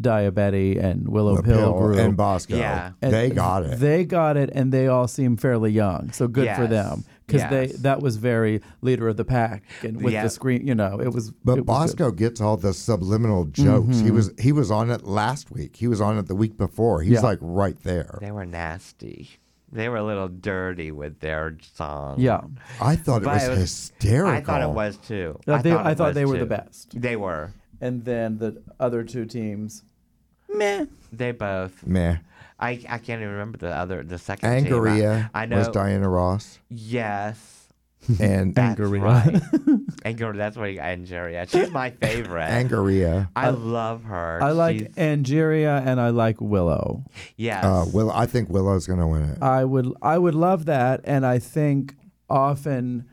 Speaker 7: Diabetti and Willow
Speaker 2: the
Speaker 7: Pill,
Speaker 2: pill
Speaker 7: group.
Speaker 2: and Bosco.
Speaker 6: Yeah.
Speaker 7: and
Speaker 2: they got it.
Speaker 7: They got it, and they all seem fairly young. So good for
Speaker 6: Yes.
Speaker 7: them because they
Speaker 6: Yes.
Speaker 7: that was very leader of the pack and with
Speaker 6: Yeah.
Speaker 7: the screen. You know, it was. Mm-hmm.
Speaker 2: but
Speaker 7: it was good.
Speaker 2: Bosco gets all the subliminal jokes. He was he was on it last week. He was on it the week before. He's
Speaker 7: Yeah.
Speaker 2: like right there.
Speaker 6: They were nasty. They were a little dirty with their song.
Speaker 7: yeah,
Speaker 2: I thought it
Speaker 6: But
Speaker 2: was,
Speaker 6: it was-
Speaker 2: hysterical.
Speaker 6: I thought it was too.
Speaker 7: Uh, they- I
Speaker 6: it
Speaker 7: thought
Speaker 6: was,
Speaker 7: they were the
Speaker 6: too.
Speaker 7: best.
Speaker 6: They were.
Speaker 7: and then the other two teams.
Speaker 6: They both.
Speaker 2: Meh.
Speaker 6: I, I can't even remember the other the second team.
Speaker 2: Angeria
Speaker 6: I, I know.
Speaker 2: was Diana Ross
Speaker 6: Yes.
Speaker 2: and
Speaker 6: That's
Speaker 7: Angeria.
Speaker 6: right. Angeria. That's what Angeria. She's my favorite.
Speaker 2: Angeria.
Speaker 6: I love her.
Speaker 7: I like
Speaker 6: She's-
Speaker 7: Angeria and I like Willow.
Speaker 6: Yes.
Speaker 2: Uh, Will I think Willow's gonna win it.
Speaker 7: I would I would love that, and I think often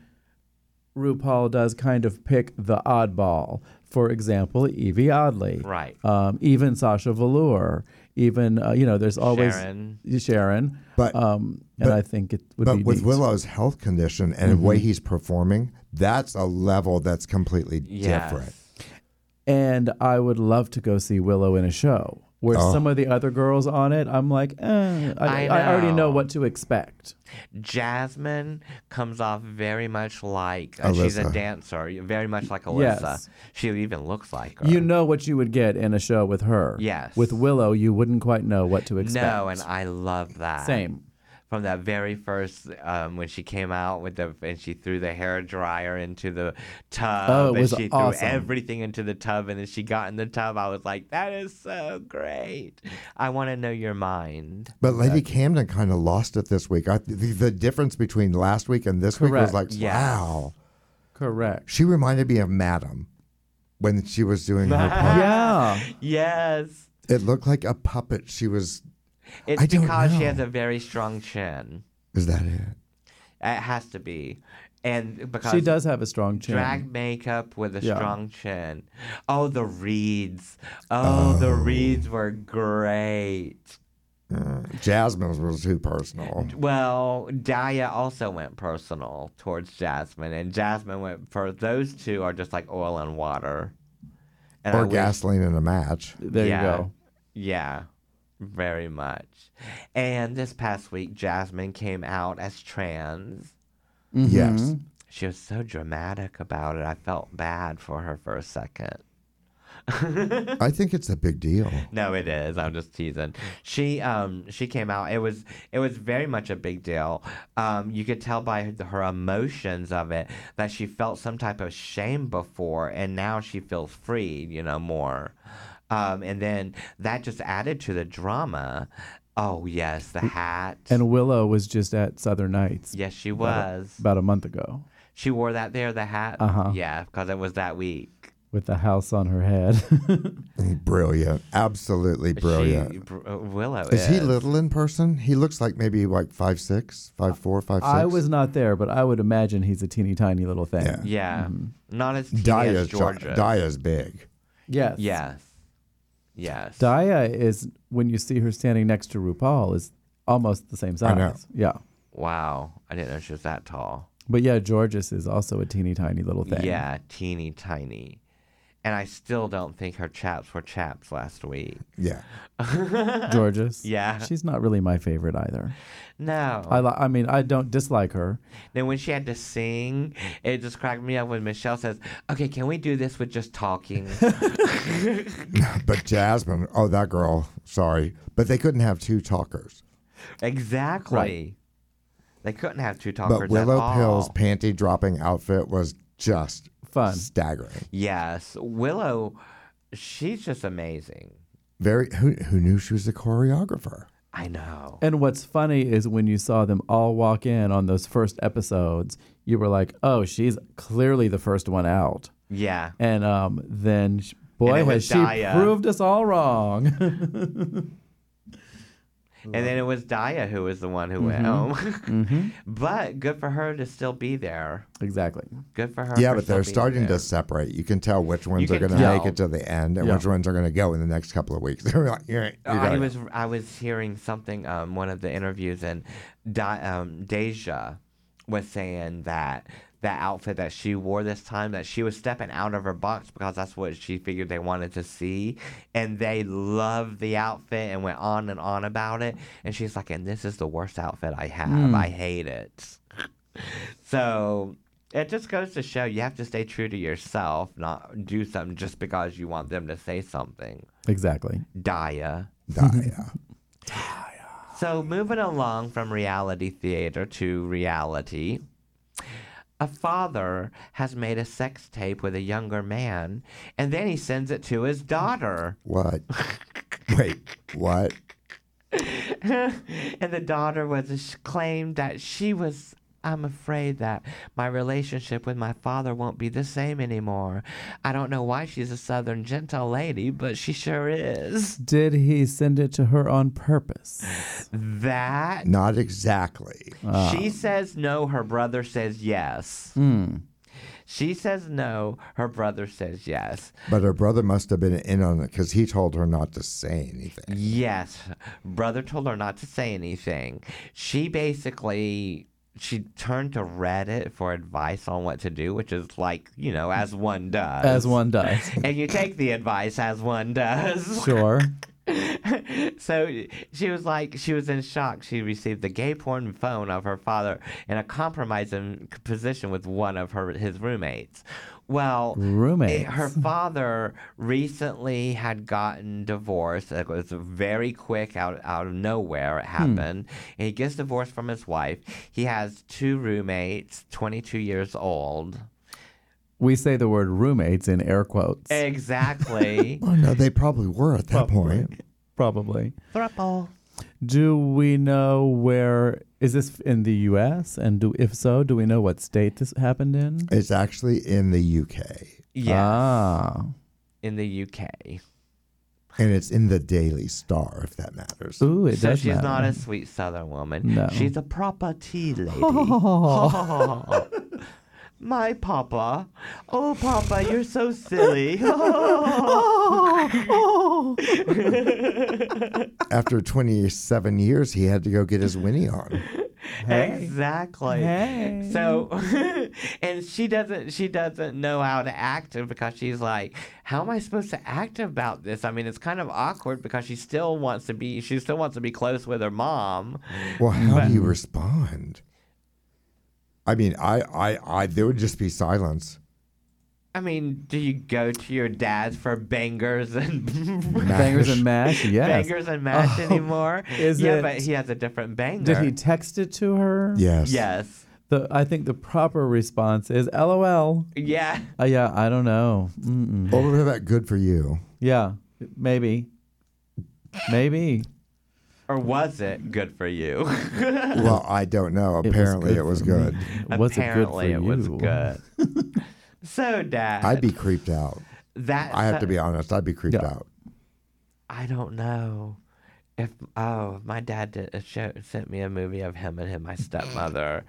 Speaker 7: RuPaul does kind of pick the oddball. For example, Evie Oddly,
Speaker 6: Right.
Speaker 7: Um, even Sasha Velour, even uh, you know, there's always
Speaker 6: Sharon.
Speaker 7: Sharon.
Speaker 2: But-
Speaker 7: um, and
Speaker 2: but-
Speaker 7: I think it would
Speaker 2: but
Speaker 7: be
Speaker 2: with
Speaker 7: neat.
Speaker 2: Willow's health condition and the
Speaker 7: Mm-hmm.
Speaker 2: way he's performing, that's a level that's completely
Speaker 6: Yes.
Speaker 2: different.
Speaker 7: and I would love to go see Willow in a show where
Speaker 2: Oh.
Speaker 7: some of the other girls on it, I'm like, eh,
Speaker 6: I
Speaker 7: I, I already know
Speaker 6: know.
Speaker 7: what to expect.
Speaker 6: Jasmine comes off very much like uh, she's a
Speaker 2: Alyssa.
Speaker 6: dancer, very much like Alyssa.
Speaker 7: Yes.
Speaker 6: She even looks like her.
Speaker 7: You know what you would get in a show with her.
Speaker 6: Yes.
Speaker 7: With Willow, you wouldn't quite know what to expect.
Speaker 6: no, and I love that.
Speaker 7: Same.
Speaker 6: From that very first, um, when she came out with the and she threw the hair dryer into the tub,
Speaker 7: Oh, it
Speaker 6: and
Speaker 7: was
Speaker 6: she
Speaker 7: awesome.
Speaker 6: threw everything into the tub, and then she got in the tub. I was like, that is so great. I want to know your mind.
Speaker 2: But Lady Camden kind of lost it this week. I, the, the difference between last week and this week
Speaker 7: Correct.
Speaker 2: was like,
Speaker 6: Yes.
Speaker 2: wow.
Speaker 6: (laughs)
Speaker 7: Correct.
Speaker 2: She reminded me of Madam when she was doing her part.
Speaker 7: Yeah.
Speaker 6: Yes,
Speaker 2: It looked like a puppet. She was.
Speaker 6: it's
Speaker 2: I don't
Speaker 6: because she has
Speaker 2: know.
Speaker 6: a very strong chin.
Speaker 2: Is that it?
Speaker 6: It has to be, and because
Speaker 7: She does have a strong chin.
Speaker 6: Drag makeup with a
Speaker 7: Yeah.
Speaker 6: strong chin. Oh, the reeds. Oh, the reeds were great.
Speaker 2: Jasmine's was too personal.
Speaker 6: Well, Daya also went personal towards Jasmine, and Jasmine went for those two are just like oil and water. And I
Speaker 2: Or
Speaker 6: wish-
Speaker 2: gasoline in a match.
Speaker 7: there
Speaker 6: yeah.
Speaker 7: you go.
Speaker 6: Yeah, very much. And this past week, Jasmine came out as trans.
Speaker 2: Yes.
Speaker 6: She was so dramatic about it. I felt bad for her for a second.
Speaker 2: I think it's a big deal.
Speaker 6: No, it is. I'm just teasing. She um she came out. It was it was very much a big deal. Um, you could tell by her, her emotions of it that she felt some type of shame before, and now she feels free. You know more. Um, and then that just added to the drama. Oh yes,
Speaker 2: Mm.
Speaker 6: the hat.
Speaker 7: And Willow was just at Southern Nights
Speaker 6: yes, she was.
Speaker 7: about a month ago
Speaker 6: She wore that there, the hat.
Speaker 7: Uh-huh.
Speaker 6: Yeah, because it was that week.
Speaker 7: with the house on her head. (laughs)
Speaker 2: Brilliant. Absolutely
Speaker 6: She-
Speaker 2: brilliant.
Speaker 6: Br- uh, Willow
Speaker 2: is he little in person? He looks like maybe like five six, five four, five six.
Speaker 7: I was not there, but I would imagine he's a teeny tiny little thing.
Speaker 2: Yeah.
Speaker 6: Yeah,
Speaker 2: Mm.
Speaker 6: not as teeny as
Speaker 2: Daya's, gi-
Speaker 6: Georgia.
Speaker 2: Daya's big.
Speaker 7: Yes.
Speaker 6: Yes. Yes.
Speaker 7: Daya is when you see her standing next to RuPaul is almost the same size.
Speaker 2: know.
Speaker 7: Yeah.
Speaker 6: wow. I didn't know she was that tall.
Speaker 7: But yeah, Georges is also a teeny tiny little thing.
Speaker 6: Yeah, teeny tiny. And I still don't think her chaps were chaps last week.
Speaker 2: Yeah.
Speaker 6: (laughs)
Speaker 7: Georges.
Speaker 6: Yeah.
Speaker 7: She's not really my favorite either.
Speaker 6: No.
Speaker 2: Uh,
Speaker 7: I li- I mean, I don't dislike her.
Speaker 6: then when she had to sing, it just cracked me up when Michelle says, Okay, can we do this with just
Speaker 2: (laughs)
Speaker 6: talking?
Speaker 2: But Jasmine, oh, that girl, sorry. But they couldn't have two talkers.
Speaker 6: exactly. They couldn't have two talkers.
Speaker 2: But
Speaker 6: at
Speaker 2: Willow
Speaker 6: all.
Speaker 2: Pill's panty dropping outfit was just
Speaker 7: Fun.
Speaker 2: staggering.
Speaker 6: Yes. Willow, she's just amazing.
Speaker 2: Very who who knew she was a choreographer?
Speaker 6: I know.
Speaker 7: And what's funny is when you saw them all walk in on those first episodes, you were like, "Oh, she's clearly the first one out."
Speaker 6: Yeah.
Speaker 7: And um, then sh- Boy,
Speaker 6: it
Speaker 7: has
Speaker 6: was
Speaker 7: she
Speaker 6: Daya.
Speaker 7: proved us all wrong. (laughs)
Speaker 6: And then it was Daya who was the one who went home. (laughs) But good for her to still be there.
Speaker 7: exactly.
Speaker 6: Good for her.
Speaker 2: Yeah,
Speaker 6: for
Speaker 2: but
Speaker 6: still
Speaker 2: they're
Speaker 6: being
Speaker 2: starting
Speaker 6: there.
Speaker 2: to separate. You can tell which ones are
Speaker 6: can
Speaker 2: going to make
Speaker 7: tell.
Speaker 2: it to the end and
Speaker 7: Yeah.
Speaker 2: which ones are going to go in the next couple of weeks. (laughs) They're like, "You're right, you got
Speaker 6: I
Speaker 2: it."
Speaker 6: Oh, was I was hearing something um one of the interviews and Di- um, Deja was saying that that outfit that she wore this time that she was stepping out of her box because that's what she figured they wanted to see and they loved the outfit and went on and on about it and she's like and this is the worst outfit I have
Speaker 2: Hmm.
Speaker 6: I hate it (laughs) so it just goes to show you have to stay true to yourself not do something just because you want them to say something
Speaker 7: Exactly.
Speaker 6: Daya.
Speaker 2: Daya.
Speaker 6: So, moving along from reality theater to reality, a father has made a sex tape with a younger man, and then he sends it to his daughter.
Speaker 2: (laughs) What? Wait, what?
Speaker 6: and the daughter was uh, sh- claimed that she was. I'm afraid that my relationship with my father won't be the same anymore. I don't know why she's a southern gentile lady, but she sure is.
Speaker 7: Did he send it to her on purpose?
Speaker 6: That
Speaker 2: Not exactly.
Speaker 7: Uh,
Speaker 6: She says no, her brother says yes.
Speaker 7: Hmm.
Speaker 6: She says no, her brother says yes.
Speaker 2: But her brother must have been in on it because he told her not to say anything.
Speaker 6: Yes. Brother told her not to say anything. She basically she turned to Reddit for advice on what to do, which is like, you know, as one does.
Speaker 7: As
Speaker 6: (laughs)
Speaker 7: one does.
Speaker 6: And you take the advice as one does.
Speaker 7: (laughs) Sure.
Speaker 6: so she was like, she was in shock. She received the gay porn phone of her father in a compromising position with one of her his roommates. Well,
Speaker 7: Roommates.
Speaker 6: it- her father recently had gotten divorced. It was very quick, out out of nowhere. It happened. And he gets divorced from his wife. He has two roommates, twenty two years old.
Speaker 7: We say the word roommates in air quotes.
Speaker 6: Exactly.
Speaker 2: Well, Oh, no, they probably were at that point.
Speaker 7: Probably.
Speaker 6: Thruple.
Speaker 7: Do we know where is this in the U.S. and do if so, do we know what state this happened in?
Speaker 2: It's actually in the UK
Speaker 6: Yeah,
Speaker 7: Ah,
Speaker 6: in the UK.
Speaker 2: and it's in the Daily Star, if that matters.
Speaker 7: ooh, it
Speaker 6: so
Speaker 7: does
Speaker 6: she's
Speaker 7: matter.
Speaker 6: not a sweet Southern woman.
Speaker 7: No.
Speaker 6: She's a proper tea
Speaker 7: (laughs)
Speaker 6: lady. (laughs)
Speaker 7: Oh,
Speaker 6: My papa. Oh, papa, you're so silly. (laughs)
Speaker 2: After 27 years, he had to go get his Winnie on.
Speaker 6: exactly.
Speaker 7: Hey.
Speaker 6: So, (laughs) and she doesn't. She doesn't know how to act because she's like, "How am I supposed to act about this?" I mean, it's kind of awkward because she still wants to be. She still wants to be close with her mom.
Speaker 2: Well, how do you respond? I mean, I, I, I, there would just be silence.
Speaker 6: I mean, do you go to your dad's for bangers and (laughs)
Speaker 7: bangers and mash. Yes. Oh,
Speaker 6: bangers
Speaker 7: (laughs)
Speaker 6: and mash anymore.
Speaker 7: is
Speaker 6: yeah,
Speaker 7: it-
Speaker 6: but he has a different banger.
Speaker 7: Did he text it to her?
Speaker 2: Yes.
Speaker 6: yes.
Speaker 7: The I think the proper response is LOL.
Speaker 6: Yeah.
Speaker 7: Uh, yeah, I don't know. Mm-mm.
Speaker 2: What about that good for you?
Speaker 7: Yeah, maybe, maybe.
Speaker 6: Or was it good for you?
Speaker 2: Well, I don't know.
Speaker 7: was
Speaker 2: Apparently,
Speaker 7: good
Speaker 2: it was
Speaker 7: for me.
Speaker 2: good.
Speaker 7: (laughs) Was it good for
Speaker 6: Apparently,
Speaker 7: you?
Speaker 6: it was good.
Speaker 7: (laughs)
Speaker 6: so, Dad,
Speaker 2: I'd be creeped out.
Speaker 6: that
Speaker 2: I have to be honest. I'd be creeped
Speaker 7: Yeah.
Speaker 2: out.
Speaker 6: I don't know if oh, if my dad did a show, sent me a movie of him and him, my stepmother.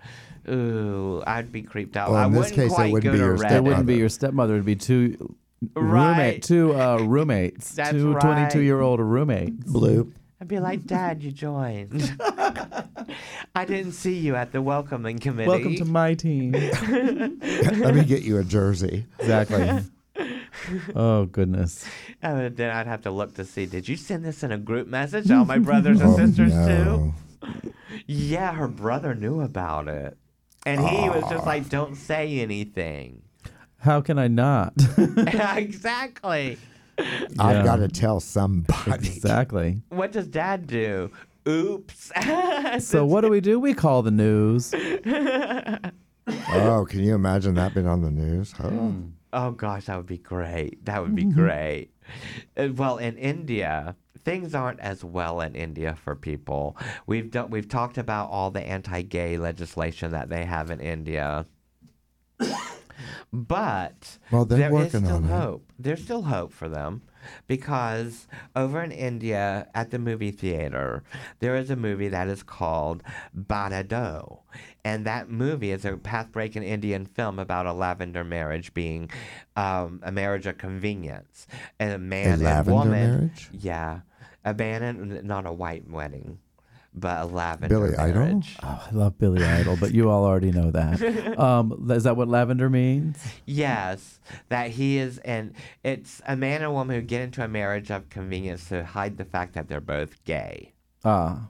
Speaker 6: Ooh, I'd be creeped out.
Speaker 2: Well,
Speaker 6: I
Speaker 2: in this
Speaker 6: wouldn't
Speaker 2: case, it
Speaker 6: quite
Speaker 2: wouldn't
Speaker 6: go
Speaker 2: be
Speaker 6: to
Speaker 2: your
Speaker 6: Reddit.
Speaker 7: It wouldn't be
Speaker 2: Stepmother.
Speaker 7: your stepmother. It'd be two
Speaker 6: Right.
Speaker 7: roommate, two uh, roommates,
Speaker 6: That's
Speaker 7: two
Speaker 6: right.
Speaker 7: 22 year old roommates.
Speaker 2: Bloop.
Speaker 6: I'd be like, Dad, you joined.
Speaker 7: (laughs)
Speaker 6: (laughs) I didn't see you at the welcoming committee.
Speaker 7: Welcome to my team.
Speaker 2: Let me get you a jersey.
Speaker 7: (laughs) (laughs) exactly. oh goodness.
Speaker 6: Oh, then I'd have to look to see. Did you send this in a group message? All my brothers
Speaker 2: (laughs)
Speaker 6: and sisters
Speaker 2: Oh, no.
Speaker 6: too. Yeah, her brother knew about it, and he was just like, "Don't say anything." (laughs)
Speaker 7: How can I (laughs) not?
Speaker 6: exactly.
Speaker 2: I've
Speaker 7: Yeah.
Speaker 2: got to tell somebody.
Speaker 7: exactly.
Speaker 6: What does Dad do? Oops. (laughs)
Speaker 7: So what do we do? We call the news.
Speaker 2: Oh, can you imagine that being on the news? Oh.
Speaker 7: Hmm.
Speaker 6: Oh gosh, that would be great. That would be great. Uh, Well, in India, things aren't as well in India for people. We've done, we've talked about all the anti-gay legislation that they have in India. But
Speaker 2: Well, they're
Speaker 6: there is
Speaker 2: working
Speaker 6: still
Speaker 2: on it.
Speaker 6: hope. There's still hope for them because over in India at the movie theater, there is a movie that is called Banado. And that movie is a path-breaking Indian film about a lavender marriage being um, a marriage of convenience. And a man and
Speaker 2: lavender
Speaker 6: woman.
Speaker 2: marriage?
Speaker 6: Yeah. A man and not a white wedding, but a lavender
Speaker 2: Billy Idol?
Speaker 6: marriage.
Speaker 7: Oh, I love Billy Idol, but you all already know that. Um, is that what lavender means?
Speaker 6: Yes, that he is, and it's a man and woman who get into a marriage of convenience to hide the fact that they're both gay.
Speaker 7: Ah,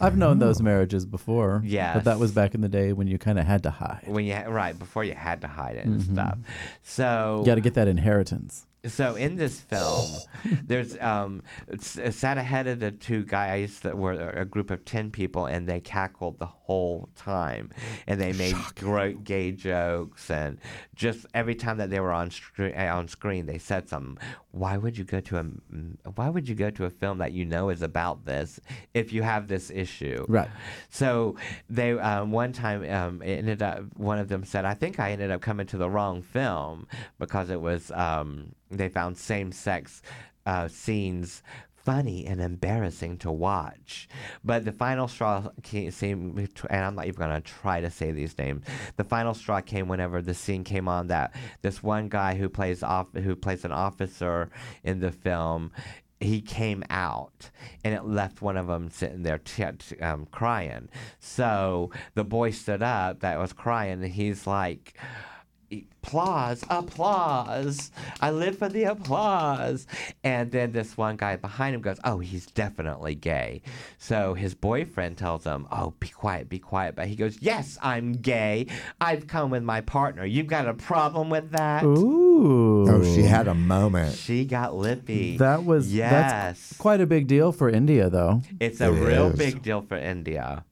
Speaker 7: I've known those marriages before. but that
Speaker 6: Yes.
Speaker 7: was back in the day when you kind of had to hide.
Speaker 6: When you ha- right before you had to hide it and stuff. So
Speaker 7: You got to get that inheritance.
Speaker 6: so in this film, there's um, s- uh, sat ahead of the two guys that were uh, a group of ten people, and they cackled the whole time, and they made great gay jokes, and just every time that they were on screen, uh, on screen, they said something. Why would you go to a m- Why would you go to a film that you know is about this if you have this issue?
Speaker 7: Right.
Speaker 6: So they um, one time um, it ended up one of them said, "I think I ended up coming to the wrong film because it was um, they found same-sex uh, scenes." Funny and embarrassing to watch, but the final straw ca- seemed, and I'm not even gonna try to say these names. The final straw came whenever the scene came on that this one guy who plays off who plays an officer in the film he came out and it left one of them sitting there t- t- um, crying. So the boy stood up that was crying and he's like, applause, applause. I live for the applause. And then this one guy behind him goes, oh, he's definitely gay. So his boyfriend tells him, oh, be quiet, be quiet. But he goes, yes, I'm gay. I've come with my partner. You've got a problem with that?
Speaker 7: Ooh.
Speaker 2: Oh, she had a moment.
Speaker 6: She got lippy.
Speaker 7: That was
Speaker 6: yes.
Speaker 7: that's quite a big deal for India, though.
Speaker 6: It's a
Speaker 2: It
Speaker 6: real
Speaker 2: is.
Speaker 6: big deal for India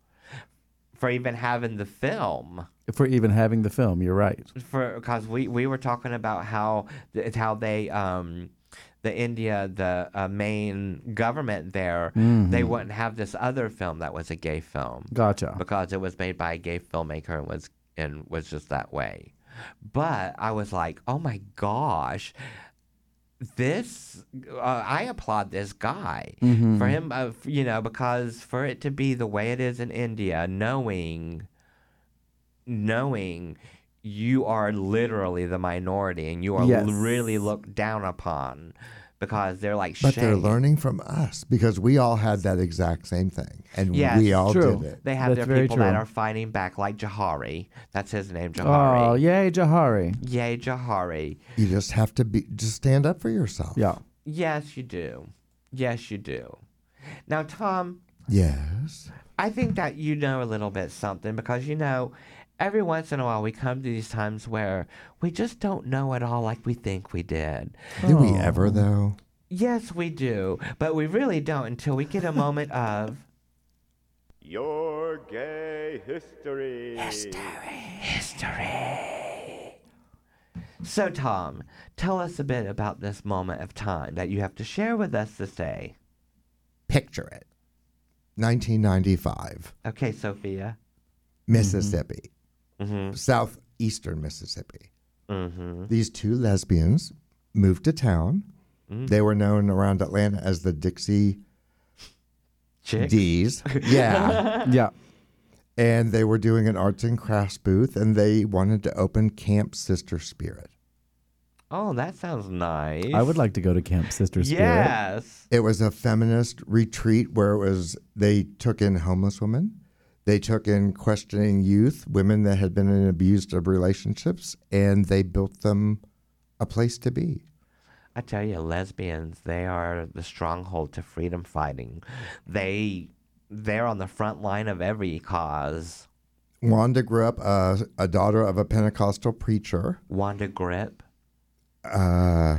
Speaker 6: for even having the film.
Speaker 7: For even having the film, you're right.
Speaker 6: For because we, we were talking about how th- how they um the India the uh, main government there
Speaker 2: Mm-hmm.
Speaker 6: they wouldn't have this other film that was a gay film
Speaker 7: Gotcha.
Speaker 6: because it was made by a gay filmmaker and was and was just that way. But I was like, oh my gosh, this uh, I applaud this guy
Speaker 7: Mm-hmm.
Speaker 6: for him, uh, f- you know, because for it to be the way it is in India, knowing, knowing. You are literally the minority, and you are
Speaker 7: Yes.
Speaker 6: l- really looked down upon because they're like.
Speaker 2: But they're
Speaker 6: "Shame."
Speaker 2: learning from us because we all had that exact same thing, and
Speaker 6: Yes,
Speaker 2: we all
Speaker 7: true.
Speaker 2: did it.
Speaker 6: They have
Speaker 7: That's
Speaker 6: their
Speaker 7: very
Speaker 6: people that
Speaker 7: true.
Speaker 6: are fighting back, like Jahari. That's his name, Jahari.
Speaker 7: Oh, yay, Jahari.
Speaker 6: Yay, Jahari.
Speaker 2: You just have to be just stand up for yourself.
Speaker 7: Yeah.
Speaker 6: Yes, you do. Yes, you do. Now, Tom,
Speaker 2: Yes.
Speaker 6: I think that you know a little bit something because you know, every once in a while we come to these times where we just don't know it all like we think we did.
Speaker 2: Did
Speaker 7: Oh.
Speaker 2: we ever though?
Speaker 6: Yes, we do, but we really don't until we get a moment of
Speaker 4: Your gay history.
Speaker 6: history. So, Tom, tell us a bit about this moment of time that you have to share with us this day.
Speaker 2: Picture it. 1995,
Speaker 6: Okay, Sophia.
Speaker 7: Mm-hmm.
Speaker 2: Mississippi, southeastern Mississippi.
Speaker 7: Mm-hmm.
Speaker 2: These two lesbians moved to town.
Speaker 7: Mm.
Speaker 2: They were known around Atlanta as the Dixie
Speaker 6: Chick.
Speaker 7: (laughs)
Speaker 2: D's. Yeah.
Speaker 6: (laughs)
Speaker 7: Yeah.
Speaker 2: and they were doing an arts and crafts booth and they wanted to open Camp Sister Spirit.
Speaker 6: Oh, that sounds nice.
Speaker 7: I would like to go to Camp Sister Spirit.
Speaker 6: Yes.
Speaker 2: It was a feminist retreat where it was they took in homeless women, they took in questioning youth, women that had been in abusive relationships, and they built them a place to be.
Speaker 6: I tell you, lesbians, they are the stronghold to freedom fighting. They they're on the front line of every cause.
Speaker 2: Wanda grew up uh, a daughter of a Pentecostal preacher.
Speaker 6: Wanda grip.
Speaker 2: Uh,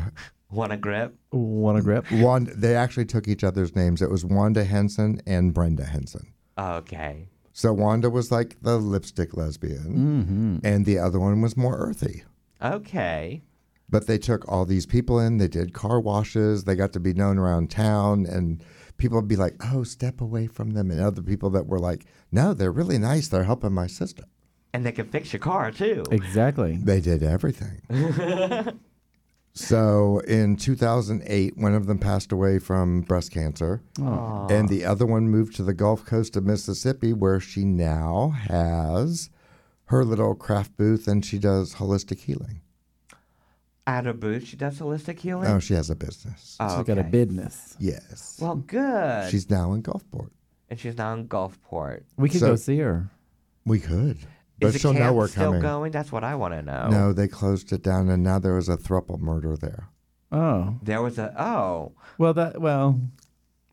Speaker 6: Wanna grip?
Speaker 7: Want to grip?
Speaker 2: Wanda, they actually took each other's names. It was Wanda Henson and Brenda Henson.
Speaker 6: Okay.
Speaker 2: So Wanda was like the lipstick lesbian, and the other one was more earthy.
Speaker 6: Okay.
Speaker 2: But they took all these people in. They did car washes. They got to be known around town, and people would be like, "Oh, step away from them." And other people that were like, "No, they're really nice. They're helping my sister."
Speaker 6: And they can fix your car too.
Speaker 7: Exactly.
Speaker 2: They did everything. (laughs) so in 2008, one of them passed away from breast cancer, and the other one moved to the Gulf Coast of Mississippi, where she now has her little craft booth and she does holistic healing.
Speaker 6: At a booth, she does holistic healing.
Speaker 2: Oh, she has a business.
Speaker 6: Oh,
Speaker 7: She got a
Speaker 6: okay.
Speaker 7: business.
Speaker 2: Yes.
Speaker 6: Well, good.
Speaker 2: She's now in Gulfport.
Speaker 6: and she's now in Gulfport.
Speaker 7: We could
Speaker 2: So-
Speaker 7: go see her.
Speaker 2: We could.
Speaker 6: Is
Speaker 2: But
Speaker 6: the
Speaker 2: she'll know
Speaker 6: camp
Speaker 2: we're
Speaker 6: still
Speaker 2: coming.
Speaker 6: going? That's what I want to know.
Speaker 2: No, they closed it down, and now there was a thruple
Speaker 6: (laughs)
Speaker 2: murder there.
Speaker 7: Oh.
Speaker 6: There was a oh.
Speaker 7: Well, that, well.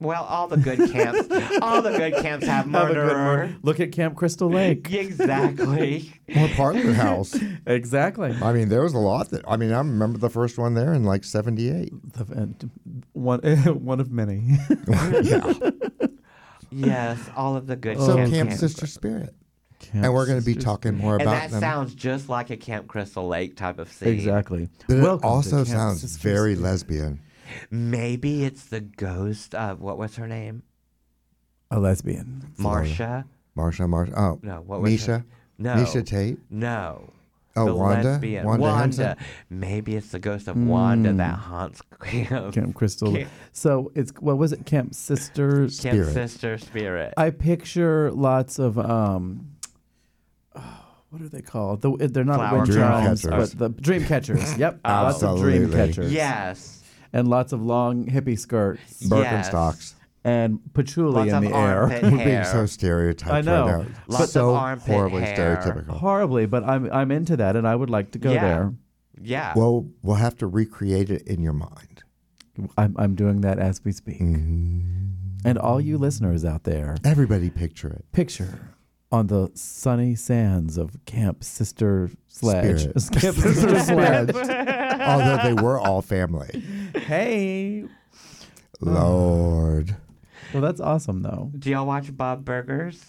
Speaker 6: Well, all the good camps,
Speaker 2: (laughs)
Speaker 6: all the good camps have
Speaker 7: have a
Speaker 6: murderer.
Speaker 7: good mur- Look at Camp
Speaker 6: (laughs)
Speaker 7: Crystal Lake.
Speaker 6: Exactly.
Speaker 2: (laughs) Or Parkland House.
Speaker 7: Exactly.
Speaker 2: I mean, there was a lot that, I mean, I remember the first one there in like 78.
Speaker 7: The- and One, (laughs) one of many.
Speaker 2: yeah.
Speaker 6: yes, all of the good
Speaker 2: So
Speaker 6: camps.
Speaker 2: Camp
Speaker 6: have-
Speaker 2: Sister Spirit. And we're going to be talking more
Speaker 6: And
Speaker 2: about
Speaker 6: that
Speaker 2: them.
Speaker 6: sounds just like a Camp Crystal Lake type of scene.
Speaker 7: Exactly.
Speaker 2: but it
Speaker 7: Welcome to
Speaker 2: also
Speaker 7: Camp
Speaker 2: sounds
Speaker 7: Sisters.
Speaker 2: very lesbian.
Speaker 6: Maybe it's the ghost of what was her name?
Speaker 7: a lesbian.
Speaker 6: Marsha.
Speaker 2: Marsha, Marsha. Oh,
Speaker 6: No, what was
Speaker 2: Misha.
Speaker 6: her? No.
Speaker 2: Misha Tate.
Speaker 6: No.
Speaker 2: Oh,
Speaker 6: the
Speaker 2: Wanda?
Speaker 6: Lesbian.
Speaker 2: Wanda Hmm.
Speaker 6: Wanda.
Speaker 2: Henson?
Speaker 6: Maybe it's the ghost of Wanda that haunts (laughs) Camp,
Speaker 7: Camp Crystal.
Speaker 6: Camp-
Speaker 7: So it's what was it? Camp Sisters.
Speaker 6: Camp
Speaker 2: Spirit.
Speaker 6: Sister Spirit.
Speaker 7: I picture lots of um, oh, what are they called? The, they're not
Speaker 6: Flower
Speaker 7: wind chimes,
Speaker 2: catchers.
Speaker 7: but the dream catchers. Yep, lots of dream
Speaker 2: Absolutely.
Speaker 7: catchers.
Speaker 6: yes.
Speaker 7: and lots of long hippie skirts
Speaker 2: Birkenstocks.
Speaker 7: and patchouli
Speaker 6: Lots
Speaker 7: in
Speaker 6: of
Speaker 7: the
Speaker 6: armpit
Speaker 7: air.
Speaker 2: We're
Speaker 6: hair.
Speaker 2: being so stereotyped
Speaker 7: I know.
Speaker 2: right now.
Speaker 6: Lots of
Speaker 2: so
Speaker 6: armpit
Speaker 2: horribly
Speaker 6: hair.
Speaker 2: stereotypical.
Speaker 7: Horribly, but I'm I'm into that, and I would like to go
Speaker 6: Yeah.
Speaker 7: there.
Speaker 6: yeah.
Speaker 2: Well, we'll have to recreate it in your mind.
Speaker 7: I'm I'm doing that as we speak.
Speaker 2: Mm.
Speaker 7: And all you listeners out there,
Speaker 2: Everybody picture it.
Speaker 7: picture on the sunny sands of Camp Sister Sledge.
Speaker 2: Spirit.
Speaker 7: (laughs)
Speaker 6: (laughs)
Speaker 7: Camp Sister Sledge.
Speaker 2: Although they were all family.
Speaker 7: Hey.
Speaker 2: Lord.
Speaker 7: Well, that's awesome, though.
Speaker 6: Do y'all watch Bob Burgers?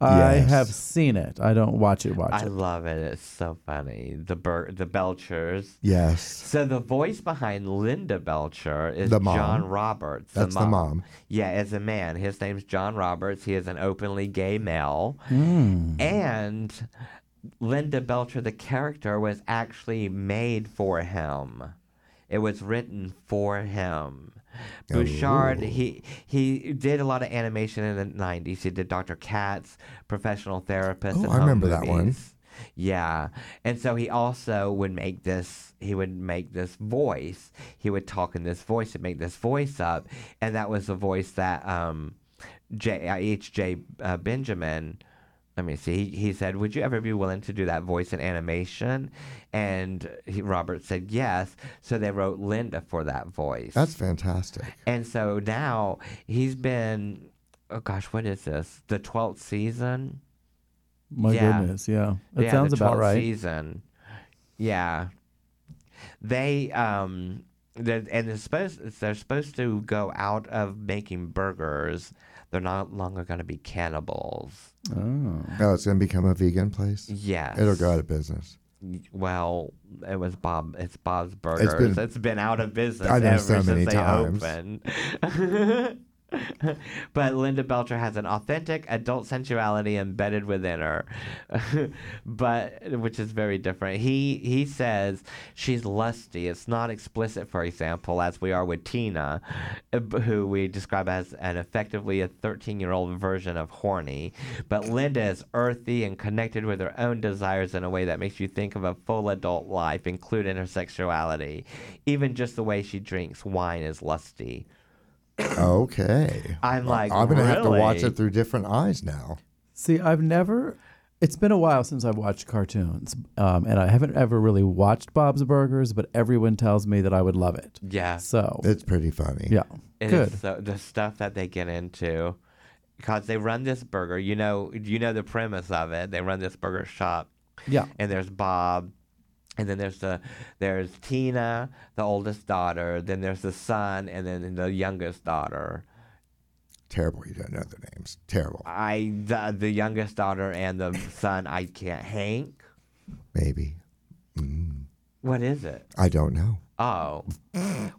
Speaker 7: I
Speaker 2: Yes.
Speaker 7: have seen it. I don't watch it. Watch
Speaker 6: I
Speaker 7: it.
Speaker 6: love it. It's so funny. The bur- the Belchers.
Speaker 2: Yes.
Speaker 6: So the voice behind Linda Belcher is
Speaker 2: The mom.
Speaker 6: John Roberts.
Speaker 2: That's the mom.
Speaker 6: Yeah, as a man. His name's John Roberts. He is an openly gay male.
Speaker 2: Hmm.
Speaker 6: And Linda Belcher, the character, was actually made for him. It was written for him. Bouchard, he
Speaker 2: Oh.
Speaker 6: he did a lot of animation in the '90s. He did Dr. Katz, Professional Therapist.
Speaker 2: Oh,
Speaker 6: and
Speaker 2: I
Speaker 6: Home
Speaker 2: remember that one.
Speaker 6: Movies. Yeah, and so he also would make this. He would make this voice. He would talk in this voice and make this voice up, and that was the voice that um, J uh, H J uh, Benjamin. Let me see. He, he said, "Would you ever be willing to do that voice in animation?" And he, Robert said, "Yes." So they wrote Linda for that voice.
Speaker 2: That's fantastic.
Speaker 6: And so now he's been, oh gosh, what is this? The twelfth season.
Speaker 7: My
Speaker 6: Yeah.
Speaker 7: goodness. Yeah. It
Speaker 6: yeah,
Speaker 7: sounds
Speaker 6: the
Speaker 7: about
Speaker 6: 12th
Speaker 7: right.
Speaker 6: Season. Yeah. They um, they're, and they're supposed they're supposed to go out of making burgers. They're not longer going to be cannibals.
Speaker 7: Oh.
Speaker 2: Oh, it's going to become a vegan place?
Speaker 6: Yes.
Speaker 2: It'll go out of business.
Speaker 6: Well, it was Bob. It's Bob's Burgers.
Speaker 2: It's
Speaker 6: It's
Speaker 2: been-
Speaker 6: been, out of business
Speaker 2: I know
Speaker 6: ever
Speaker 2: so
Speaker 6: since
Speaker 2: many
Speaker 6: they
Speaker 2: times.
Speaker 6: opened. (laughs) but Linda Belcher has an authentic adult sensuality embedded within her, (laughs) but which is very different. He he says she's lusty. It's not explicit, for example, as we are with Tina, uh, b- who we describe as an effectively a 13-year-old version of horny. But Linda is earthy and connected with her own desires in a way that makes you think of a full adult life, including her sexuality. Even just the way she drinks wine is lusty.
Speaker 2: Okay.
Speaker 6: I'm like,
Speaker 2: I'm going to have to watch
Speaker 6: really?
Speaker 2: it through different eyes now.
Speaker 7: See, I've never. It's been a while since I've watched cartoons, um, and I haven't ever really watched Bob's Burgers, but everyone tells me that I would love it.
Speaker 6: Yeah.
Speaker 7: So,
Speaker 2: It's pretty funny.
Speaker 7: yeah,
Speaker 6: It
Speaker 7: good.
Speaker 6: is so, the stuff that they get into because they run this burger. You know, you know the premise of it. They run this burger shop,
Speaker 7: Yeah,
Speaker 6: and there's Bob, and then there's the there's Tina, the oldest daughter. Then there's the son, and then the youngest daughter.
Speaker 2: Terrible. You don't know their names. Terrible.
Speaker 6: I the, the youngest daughter and the son. I can't. Hank,
Speaker 2: Maybe.
Speaker 6: what is it?
Speaker 2: I don't know.
Speaker 6: Oh.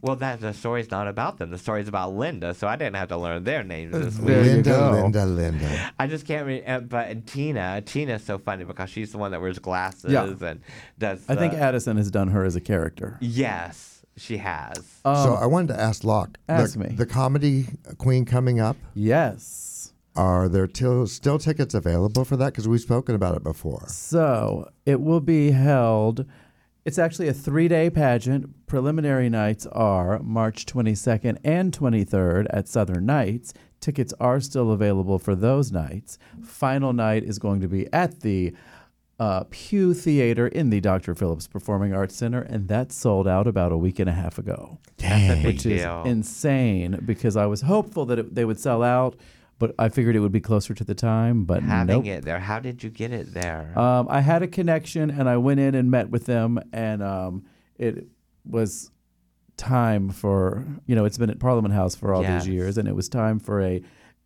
Speaker 6: well, that the story's not about them. The story's about Linda, so I didn't have to learn their names this week.
Speaker 7: There you
Speaker 2: Linda,
Speaker 7: go.
Speaker 2: Linda, Linda.
Speaker 6: I just can't re- uh, but Tina, Tina's so funny because she's the one that wears glasses and does
Speaker 7: I think
Speaker 6: the-
Speaker 7: Addison has done her as a character.
Speaker 6: Yes, she has.
Speaker 7: Um,
Speaker 2: so I wanted to ask Locke.
Speaker 7: ask
Speaker 2: the,
Speaker 7: me.
Speaker 2: The comedy queen coming up.
Speaker 7: Yes.
Speaker 2: Are there till, still tickets available for that? Because we've spoken about it before.
Speaker 7: So it will be held. It's actually a three day pageant. Preliminary nights are March 22nd and 23rd at Southern Nights. Tickets are still available for those nights. Final night is going to be at the uh, Pew Theater in the Dr. Phillips Performing Arts Center, and that sold out about a week and a half ago
Speaker 6: That's a big
Speaker 7: which is
Speaker 6: deal.
Speaker 7: insane because I was hopeful that it, they would sell out, but I figured it would be closer to the time. But
Speaker 6: Having
Speaker 7: nope.
Speaker 6: it there. How did you get it there?
Speaker 7: Um, I had a connection, and I went in and met with them, and um, it was time for you know it's been at Parliament House for all
Speaker 6: Yes.
Speaker 7: these years, and it was time for a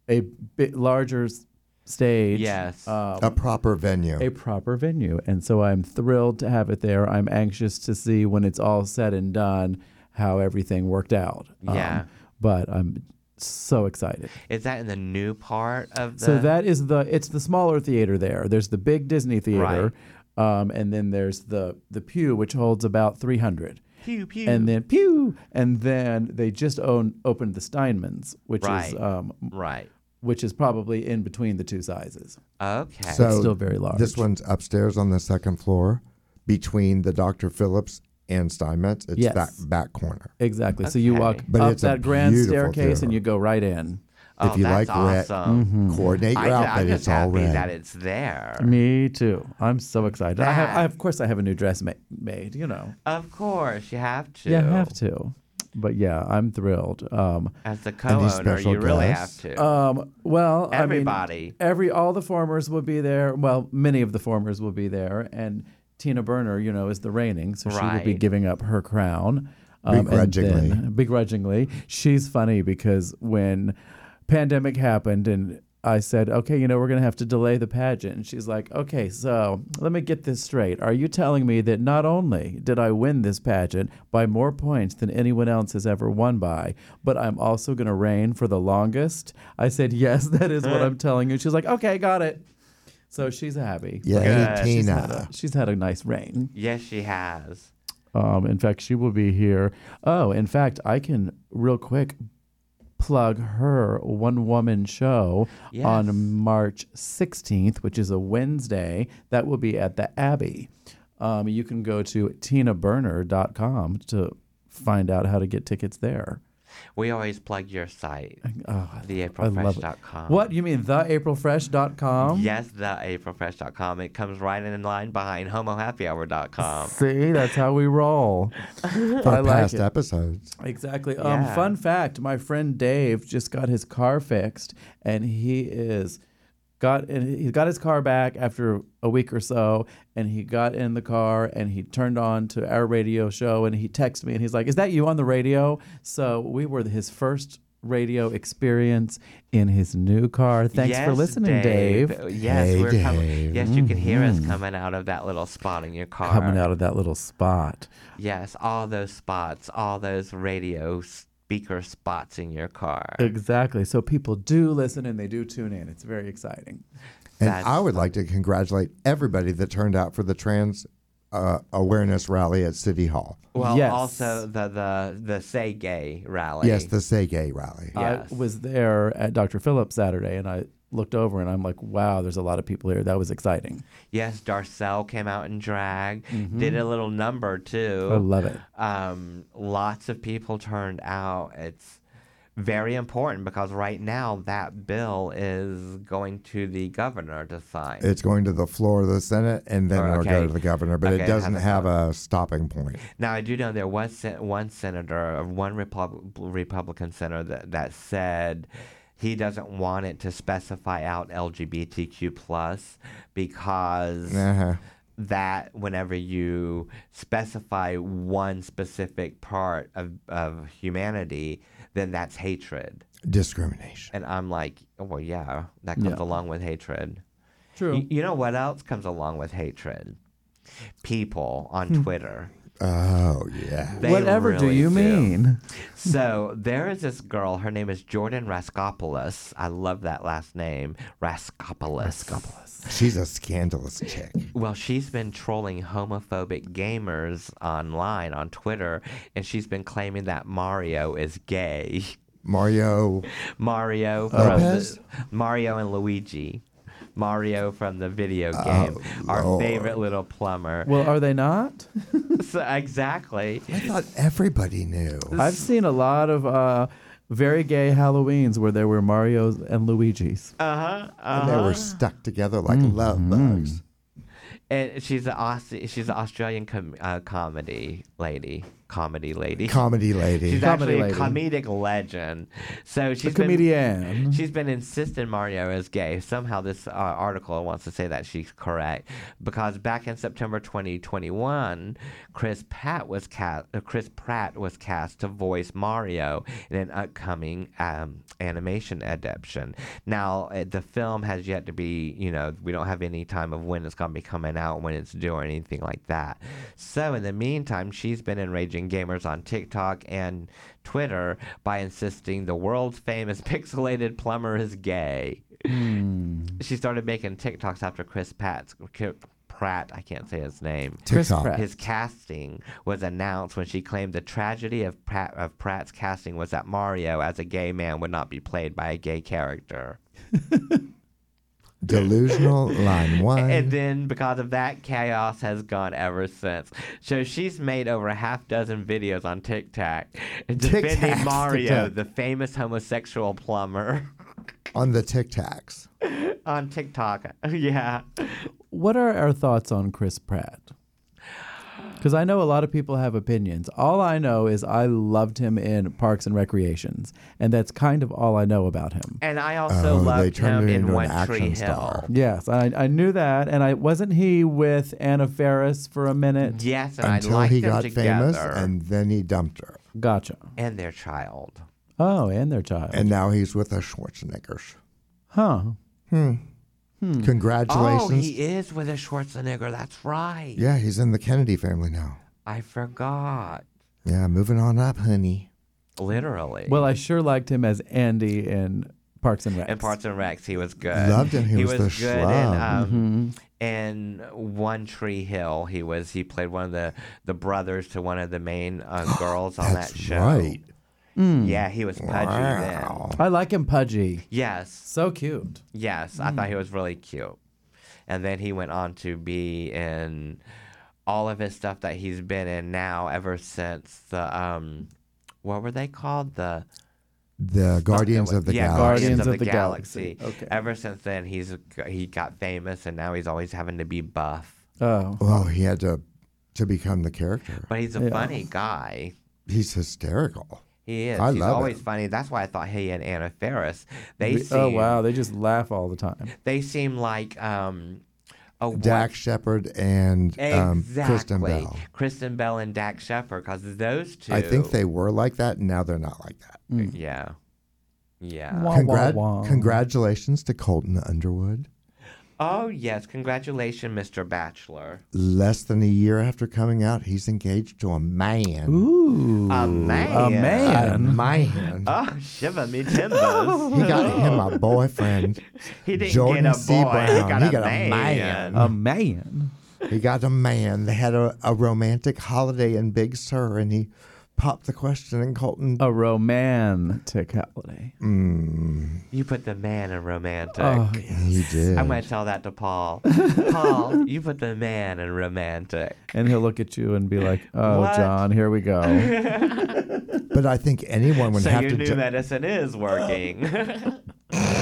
Speaker 7: a bit larger s- stage.
Speaker 6: yes.
Speaker 7: Oh.
Speaker 2: a proper venue.
Speaker 7: A proper venue. And so I'm thrilled to have it there. I'm anxious to see when it's all said and done how everything worked out. Um,
Speaker 6: Yeah.
Speaker 7: but I'm so excited.
Speaker 6: is that in the new part of the
Speaker 7: So that is the it's the smaller theater there. There's the big Disney theater, um, and then there's the the pew which holds about 300.
Speaker 6: pew pew
Speaker 7: And then pew, and then they just own, opened the Steinmans, which is
Speaker 6: Right.
Speaker 7: um,
Speaker 6: right.
Speaker 7: which is probably in between the two sizes.
Speaker 6: Okay.
Speaker 2: so
Speaker 7: still very large.
Speaker 2: This one's upstairs on the second floor, between the Dr. Phillips and Steinmetz. It's
Speaker 7: Yes.
Speaker 2: that back corner.
Speaker 7: Exactly. So you walk
Speaker 6: Okay.
Speaker 2: But
Speaker 7: up
Speaker 2: it's a
Speaker 7: that grand
Speaker 2: beautiful
Speaker 7: staircase
Speaker 2: theater.
Speaker 7: and you go right in.
Speaker 6: oh,
Speaker 2: if you
Speaker 6: that's
Speaker 2: like red,
Speaker 6: awesome.
Speaker 7: mm-hmm.
Speaker 2: Coordinate your
Speaker 6: I,
Speaker 2: outfit.
Speaker 6: am just
Speaker 2: It's all
Speaker 6: happy
Speaker 2: red.
Speaker 6: that it's there.
Speaker 7: Me too. I'm so excited. I have,
Speaker 6: That-
Speaker 7: I, of course, I have a new dress ma- made. You know,
Speaker 6: Of course, you have to.
Speaker 7: you have to. But yeah, I'm thrilled. Um,
Speaker 6: As the co-owner,
Speaker 2: special
Speaker 6: you really have
Speaker 2: guests?
Speaker 6: to.
Speaker 7: um, well, I
Speaker 6: Everybody.
Speaker 7: mean, every all the formers will be there. Well, many of the formers will be there, and Tina Burner, you know, is the reigning, so she will be
Speaker 6: Right.
Speaker 7: giving up her crown um, and
Speaker 2: Begrudgingly.
Speaker 7: then- begrudgingly. She's funny because when pandemic happened and I said, okay, you know, we're going to have to delay the pageant. And she's like, okay, so let me get this straight. Are you telling me that not only did I win this pageant by more points than anyone else has ever won by, but I'm also going to reign for the longest? I said, yes, (laughs) that is what I'm telling you. She's like, okay, got it. So she's happy.
Speaker 2: yeah,
Speaker 6: Good.
Speaker 2: hey,
Speaker 7: She's had a,
Speaker 2: Tina.
Speaker 7: she's had a nice reign.
Speaker 6: yes, she has.
Speaker 7: Um, in fact, she will be here. Oh, in fact, I can real quick plug her one woman show
Speaker 6: Yes.
Speaker 7: on March 16th, which is a Wednesday. That will be at the Abbey. Um, you can go to tinaburner.com to find out how to get tickets there.
Speaker 6: We always plug your site,
Speaker 7: oh, I love it.
Speaker 6: theaprilfresh.com.
Speaker 7: What? You mean theaprilfresh.com?
Speaker 6: Yes, theaprilfresh.com. It comes right in line behind homohappyhour.com.
Speaker 7: See, that's how we roll. I
Speaker 2: For
Speaker 7: like
Speaker 2: past
Speaker 7: it.
Speaker 2: episodes.
Speaker 7: Exactly. Um,
Speaker 6: Yeah.
Speaker 7: fun fact: my friend Dave just got his car fixed, and he is got and he got his car back after a week or so. And he got in the car and he turned on to our radio show, and he texted me, and he's like, "Is that you on the radio?" So we were his first radio experience in his new car. Thanks for
Speaker 6: Yes,
Speaker 7: listening, Dave. Mm-hmm.
Speaker 6: Yes,
Speaker 2: Hey,
Speaker 6: we're com-
Speaker 2: Dave.
Speaker 6: Yes, you can hear us coming out of that little spot in your car.
Speaker 7: Coming out of that little spot.
Speaker 6: Yes, all those spots, all those radio speaker spots in your car.
Speaker 7: Exactly. So people do listen and they do tune in. It's very exciting.
Speaker 2: And
Speaker 6: That's
Speaker 2: I would like to congratulate everybody that turned out for the trans uh, awareness rally at City Hall.
Speaker 6: Well,
Speaker 7: Yes.
Speaker 6: also the the the say gay rally.
Speaker 2: Yes, the Say Gay rally.
Speaker 6: Yes.
Speaker 7: I was there at Dr. Phillips Saturday and I looked over and I'm like, wow, there's a lot of people here. That was exciting.
Speaker 6: yes, Darcel came out in drag, did a little number too.
Speaker 7: I love it.
Speaker 6: Um, lots of people turned out. It's very important because right now that bill is going to the governor to sign.
Speaker 2: It's going to the floor of the Senate and then
Speaker 6: Or,
Speaker 2: it'll go
Speaker 6: Oh, okay.
Speaker 2: to the governor, but
Speaker 6: Okay,
Speaker 2: it
Speaker 6: it
Speaker 2: doesn't
Speaker 6: hasn't
Speaker 2: have a stopping point.
Speaker 6: Now I do know there was sen- one senator, uh, one Repub- Republican senator that, that said he doesn't want it to specify out LGBTQ plus because
Speaker 2: Uh-huh.
Speaker 6: that whenever you specify one specific part of, of humanity, then that's hatred.
Speaker 2: Discrimination.
Speaker 6: And I'm like, oh, well, yeah, that comes
Speaker 7: Yeah.
Speaker 6: along with hatred.
Speaker 7: True.
Speaker 6: Y- you know what else comes along with hatred? People on Twitter
Speaker 2: Oh yeah.
Speaker 6: They
Speaker 7: Hmm. Whatever do
Speaker 6: really
Speaker 7: you mean?
Speaker 6: So there is this girl. Her name is Jordan Raskopoulos. I love that last name, Raskopoulos. Raskopoulos.
Speaker 2: She's a scandalous chick.
Speaker 6: Well, she's been trolling homophobic gamers online on Twitter, and she's been claiming that Mario is gay. (laughs)
Speaker 2: Mario.
Speaker 6: Mario from
Speaker 2: Lopez?
Speaker 6: the, Mario and Luigi. Mario from the video game, our
Speaker 2: Oh, Lord.
Speaker 6: favorite little plumber. (laughs)
Speaker 7: Well, are they not?
Speaker 6: So- exactly.
Speaker 2: I thought everybody knew.
Speaker 7: I've seen a lot of uh, very gay Halloweens where there were Mario's and Luigi's.
Speaker 2: And they
Speaker 6: Uh-huh.
Speaker 2: were stuck together like
Speaker 6: Mm-hmm.
Speaker 2: love bugs.
Speaker 6: And she's an Aussie, she's an Australian com- uh, comedy lady, comedy lady.
Speaker 2: Comedy lady.
Speaker 6: she's
Speaker 7: Comedy
Speaker 6: actually a comedic legend. So she's
Speaker 7: the
Speaker 6: been-
Speaker 7: comedian.
Speaker 6: She's been insisting Mario is gay. Somehow, this uh, article wants to say that she's correct because back in September 2021, Chris Pratt was cast. Uh, Chris Pratt was cast to voice Mario in an upcoming um, animation adaptation. Now, uh, the film has yet to be. You know, we don't have any time of when it's gonna be coming out, when it's due, or anything like that. So, in the meantime, she's been enraging gamers on TikTok and Twitter by insisting the world's famous (laughs) pixelated plumber is gay. She started making TikToks after Chris Pratt's, Pratt, I can't say his name.
Speaker 7: Chris
Speaker 2: TikTok.
Speaker 7: Pratt.
Speaker 6: His casting was announced when she claimed the tragedy of Pratt, of Pratt's casting was that Mario, as a gay man, would not be played by a gay character.
Speaker 2: Delusional
Speaker 6: (laughs)
Speaker 2: line one.
Speaker 6: And then because of that, chaos has gone ever since. So she's made over a half dozen videos on
Speaker 2: (laughs)
Speaker 6: TikTok defending
Speaker 2: Tacs,
Speaker 6: Mario,
Speaker 2: Tic Tacs.
Speaker 6: the famous homosexual plumber, (laughs)
Speaker 2: on the Tic Tacs.
Speaker 6: on TikTok. (laughs) yeah.
Speaker 7: What are our thoughts on Chris Pratt? Because I know a lot of people have opinions. All I know is I loved him in Parks and Recreations, and that's kind of all I know about him.
Speaker 6: And I also
Speaker 2: Oh, they
Speaker 6: loved
Speaker 2: turned
Speaker 6: him
Speaker 2: it
Speaker 6: in
Speaker 2: into an
Speaker 6: One Tree
Speaker 2: action
Speaker 6: Hill.
Speaker 2: star.
Speaker 7: Yes, I, I knew that, and I wasn't he with Anna Faris for a minute.
Speaker 6: Yes, and I
Speaker 2: Until
Speaker 6: liked
Speaker 2: he
Speaker 6: them
Speaker 2: got
Speaker 6: together.
Speaker 2: famous and then he dumped her.
Speaker 7: Gotcha.
Speaker 6: and their child.
Speaker 7: Oh, and their child.
Speaker 2: And now he's with a Schwarzenegger. Hmm.
Speaker 7: huh.
Speaker 2: Congratulations.
Speaker 6: Oh, he is with a Schwarzenegger. That's right.
Speaker 2: yeah, he's in the Kennedy family now.
Speaker 6: I forgot.
Speaker 2: Yeah, moving on up, honey.
Speaker 6: Literally.
Speaker 7: Well, I sure liked him as Andy in Parks and Rec.
Speaker 6: In Parts and Rex, he was good.
Speaker 2: Loved him. He was the
Speaker 6: good in,
Speaker 2: schlub. Mm-hmm.
Speaker 6: um, in One Tree Hill. He was. He played one of the the brothers to one of the main
Speaker 2: (gasps)
Speaker 6: uh, girls on
Speaker 2: That's
Speaker 6: that show. Mm.
Speaker 2: right. Mm.
Speaker 6: Yeah, he was pudgy
Speaker 2: Wow.
Speaker 6: then.
Speaker 7: I like him pudgy.
Speaker 6: Yes,
Speaker 7: So cute.
Speaker 6: yes. I thought he was really cute. And then he went on to be in all of his stuff that he's been in now ever since the um, what were they called the
Speaker 2: The Guardians of the
Speaker 6: yeah,
Speaker 2: Galaxy.
Speaker 6: Guardians
Speaker 7: Guardians
Speaker 6: of,
Speaker 7: of
Speaker 6: the,
Speaker 7: the
Speaker 6: Galaxy.
Speaker 7: Galaxy. Okay.
Speaker 6: Ever since then, he's he got famous, and now he's always having to be buff.
Speaker 7: Oh.
Speaker 2: Well, he had to to become the character.
Speaker 6: But he's a funny guy.
Speaker 2: He's hysterical.
Speaker 6: He is.
Speaker 2: I
Speaker 6: he's
Speaker 2: love
Speaker 6: always
Speaker 2: it.
Speaker 6: funny. That's why I thought he and Anna Faris. They seem.
Speaker 7: Oh, wow. They just laugh all the time.
Speaker 6: They seem like um, a one-
Speaker 2: Dax Shepard and um,
Speaker 6: Exactly.
Speaker 2: Kristen Bell.
Speaker 6: Kristen Bell and Dax Shepard, because those two.
Speaker 2: I think they were like that. Now they're not like that.
Speaker 7: Hmm.
Speaker 6: Yeah. Yeah.
Speaker 7: Wah, wah,
Speaker 2: Congrat-
Speaker 7: wah.
Speaker 2: Congratulations to Colton Underwood.
Speaker 6: Oh yes, congratulations, Mr. Bachelor.
Speaker 2: Less than a year after coming out, he's engaged to a man.
Speaker 7: Ooh.
Speaker 6: A man.
Speaker 7: A
Speaker 2: A
Speaker 7: man.
Speaker 2: man.
Speaker 6: Oh, shiver me
Speaker 7: (laughs)
Speaker 6: timbers.
Speaker 2: he got him a boyfriend.
Speaker 6: He didn't
Speaker 2: Jordan
Speaker 6: get a boy.
Speaker 2: C.
Speaker 6: He
Speaker 2: Brown.
Speaker 6: got,
Speaker 2: He
Speaker 6: a,
Speaker 2: got a
Speaker 6: man.
Speaker 2: man.
Speaker 7: A man.
Speaker 2: He got a man. They had a, a romantic holiday in Big Sur, and he popped the question, and Colton
Speaker 6: Oh.
Speaker 7: A romantic holiday.
Speaker 6: You put the man in romantic.
Speaker 7: Oh,
Speaker 2: He did.
Speaker 6: I'm gonna tell that to (laughs) Paul. Paul, you put the man in romantic.
Speaker 7: And he'll look at you and be like, oh,
Speaker 6: What?
Speaker 7: John, here we go. (laughs)
Speaker 2: but I think anyone would
Speaker 6: So
Speaker 2: have
Speaker 6: your
Speaker 2: to.
Speaker 6: new
Speaker 2: ju-
Speaker 6: medicine is working. (laughs)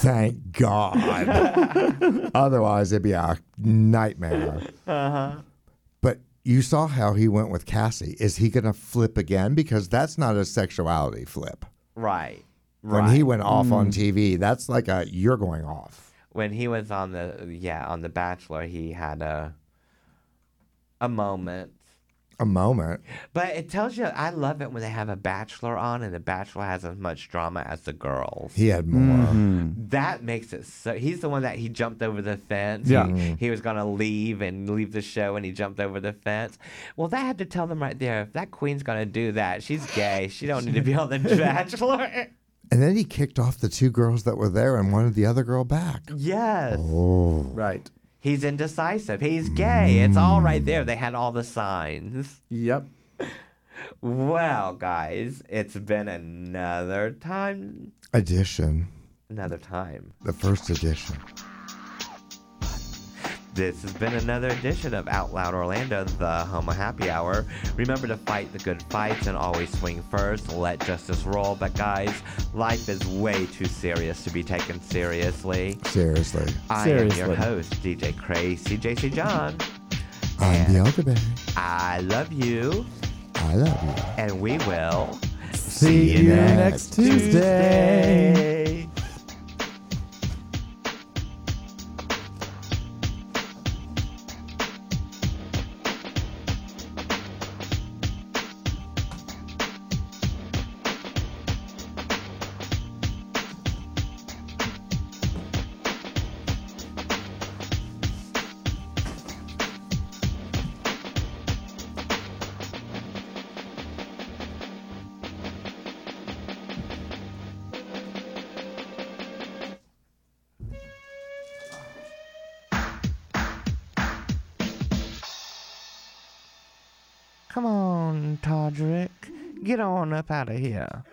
Speaker 2: Thank God.
Speaker 6: (laughs)
Speaker 2: Otherwise, it'd be a nightmare.
Speaker 6: Uh-huh.
Speaker 2: But you saw how he went with Cassie. Is he going to flip again? Because that's not a sexuality flip.
Speaker 6: right.
Speaker 2: When
Speaker 6: Right. Mm.
Speaker 2: he went off on TV, that's like a you're going off.
Speaker 6: when he was on the yeah on the Bachelor, he had a a moment.
Speaker 2: a moment.
Speaker 6: But it tells you, I love it when they have a bachelor on and the bachelor has as much drama as the girls.
Speaker 2: He had more.
Speaker 6: Mm-hmm. That makes it so. He's the one that he jumped over the fence.
Speaker 7: Yeah.
Speaker 6: He, he was going to leave and leave the show and he jumped over the fence. Well, that had to tell them right there if that queen's going to do that, she's gay. She don't need to be on The Bachelor.
Speaker 2: And then he kicked off the two girls that were there and wanted the other girl back.
Speaker 6: yes.
Speaker 2: Oh.
Speaker 6: Oh.
Speaker 7: Right.
Speaker 6: He's indecisive. He's gay. It's all right there. They had all the signs.
Speaker 7: Yep.
Speaker 6: Well, guys, it's been another time.
Speaker 2: Edition,
Speaker 6: Another time.
Speaker 2: the first edition.
Speaker 6: This has been another edition of Out Loud Orlando, the Homo Happy Hour. Remember to fight the good fights and always swing first. Let justice roll. But, guys, life is way too serious to be taken seriously.
Speaker 2: Seriously.
Speaker 6: I am
Speaker 7: Seriously.
Speaker 6: your host, DJ Craze, CJC John.
Speaker 2: I'm the elderberry.
Speaker 6: I love you,
Speaker 2: I love you.
Speaker 6: and we will.
Speaker 7: See you next Tuesday.
Speaker 6: Tuesday. Come on, Todrick. Get on up out of here.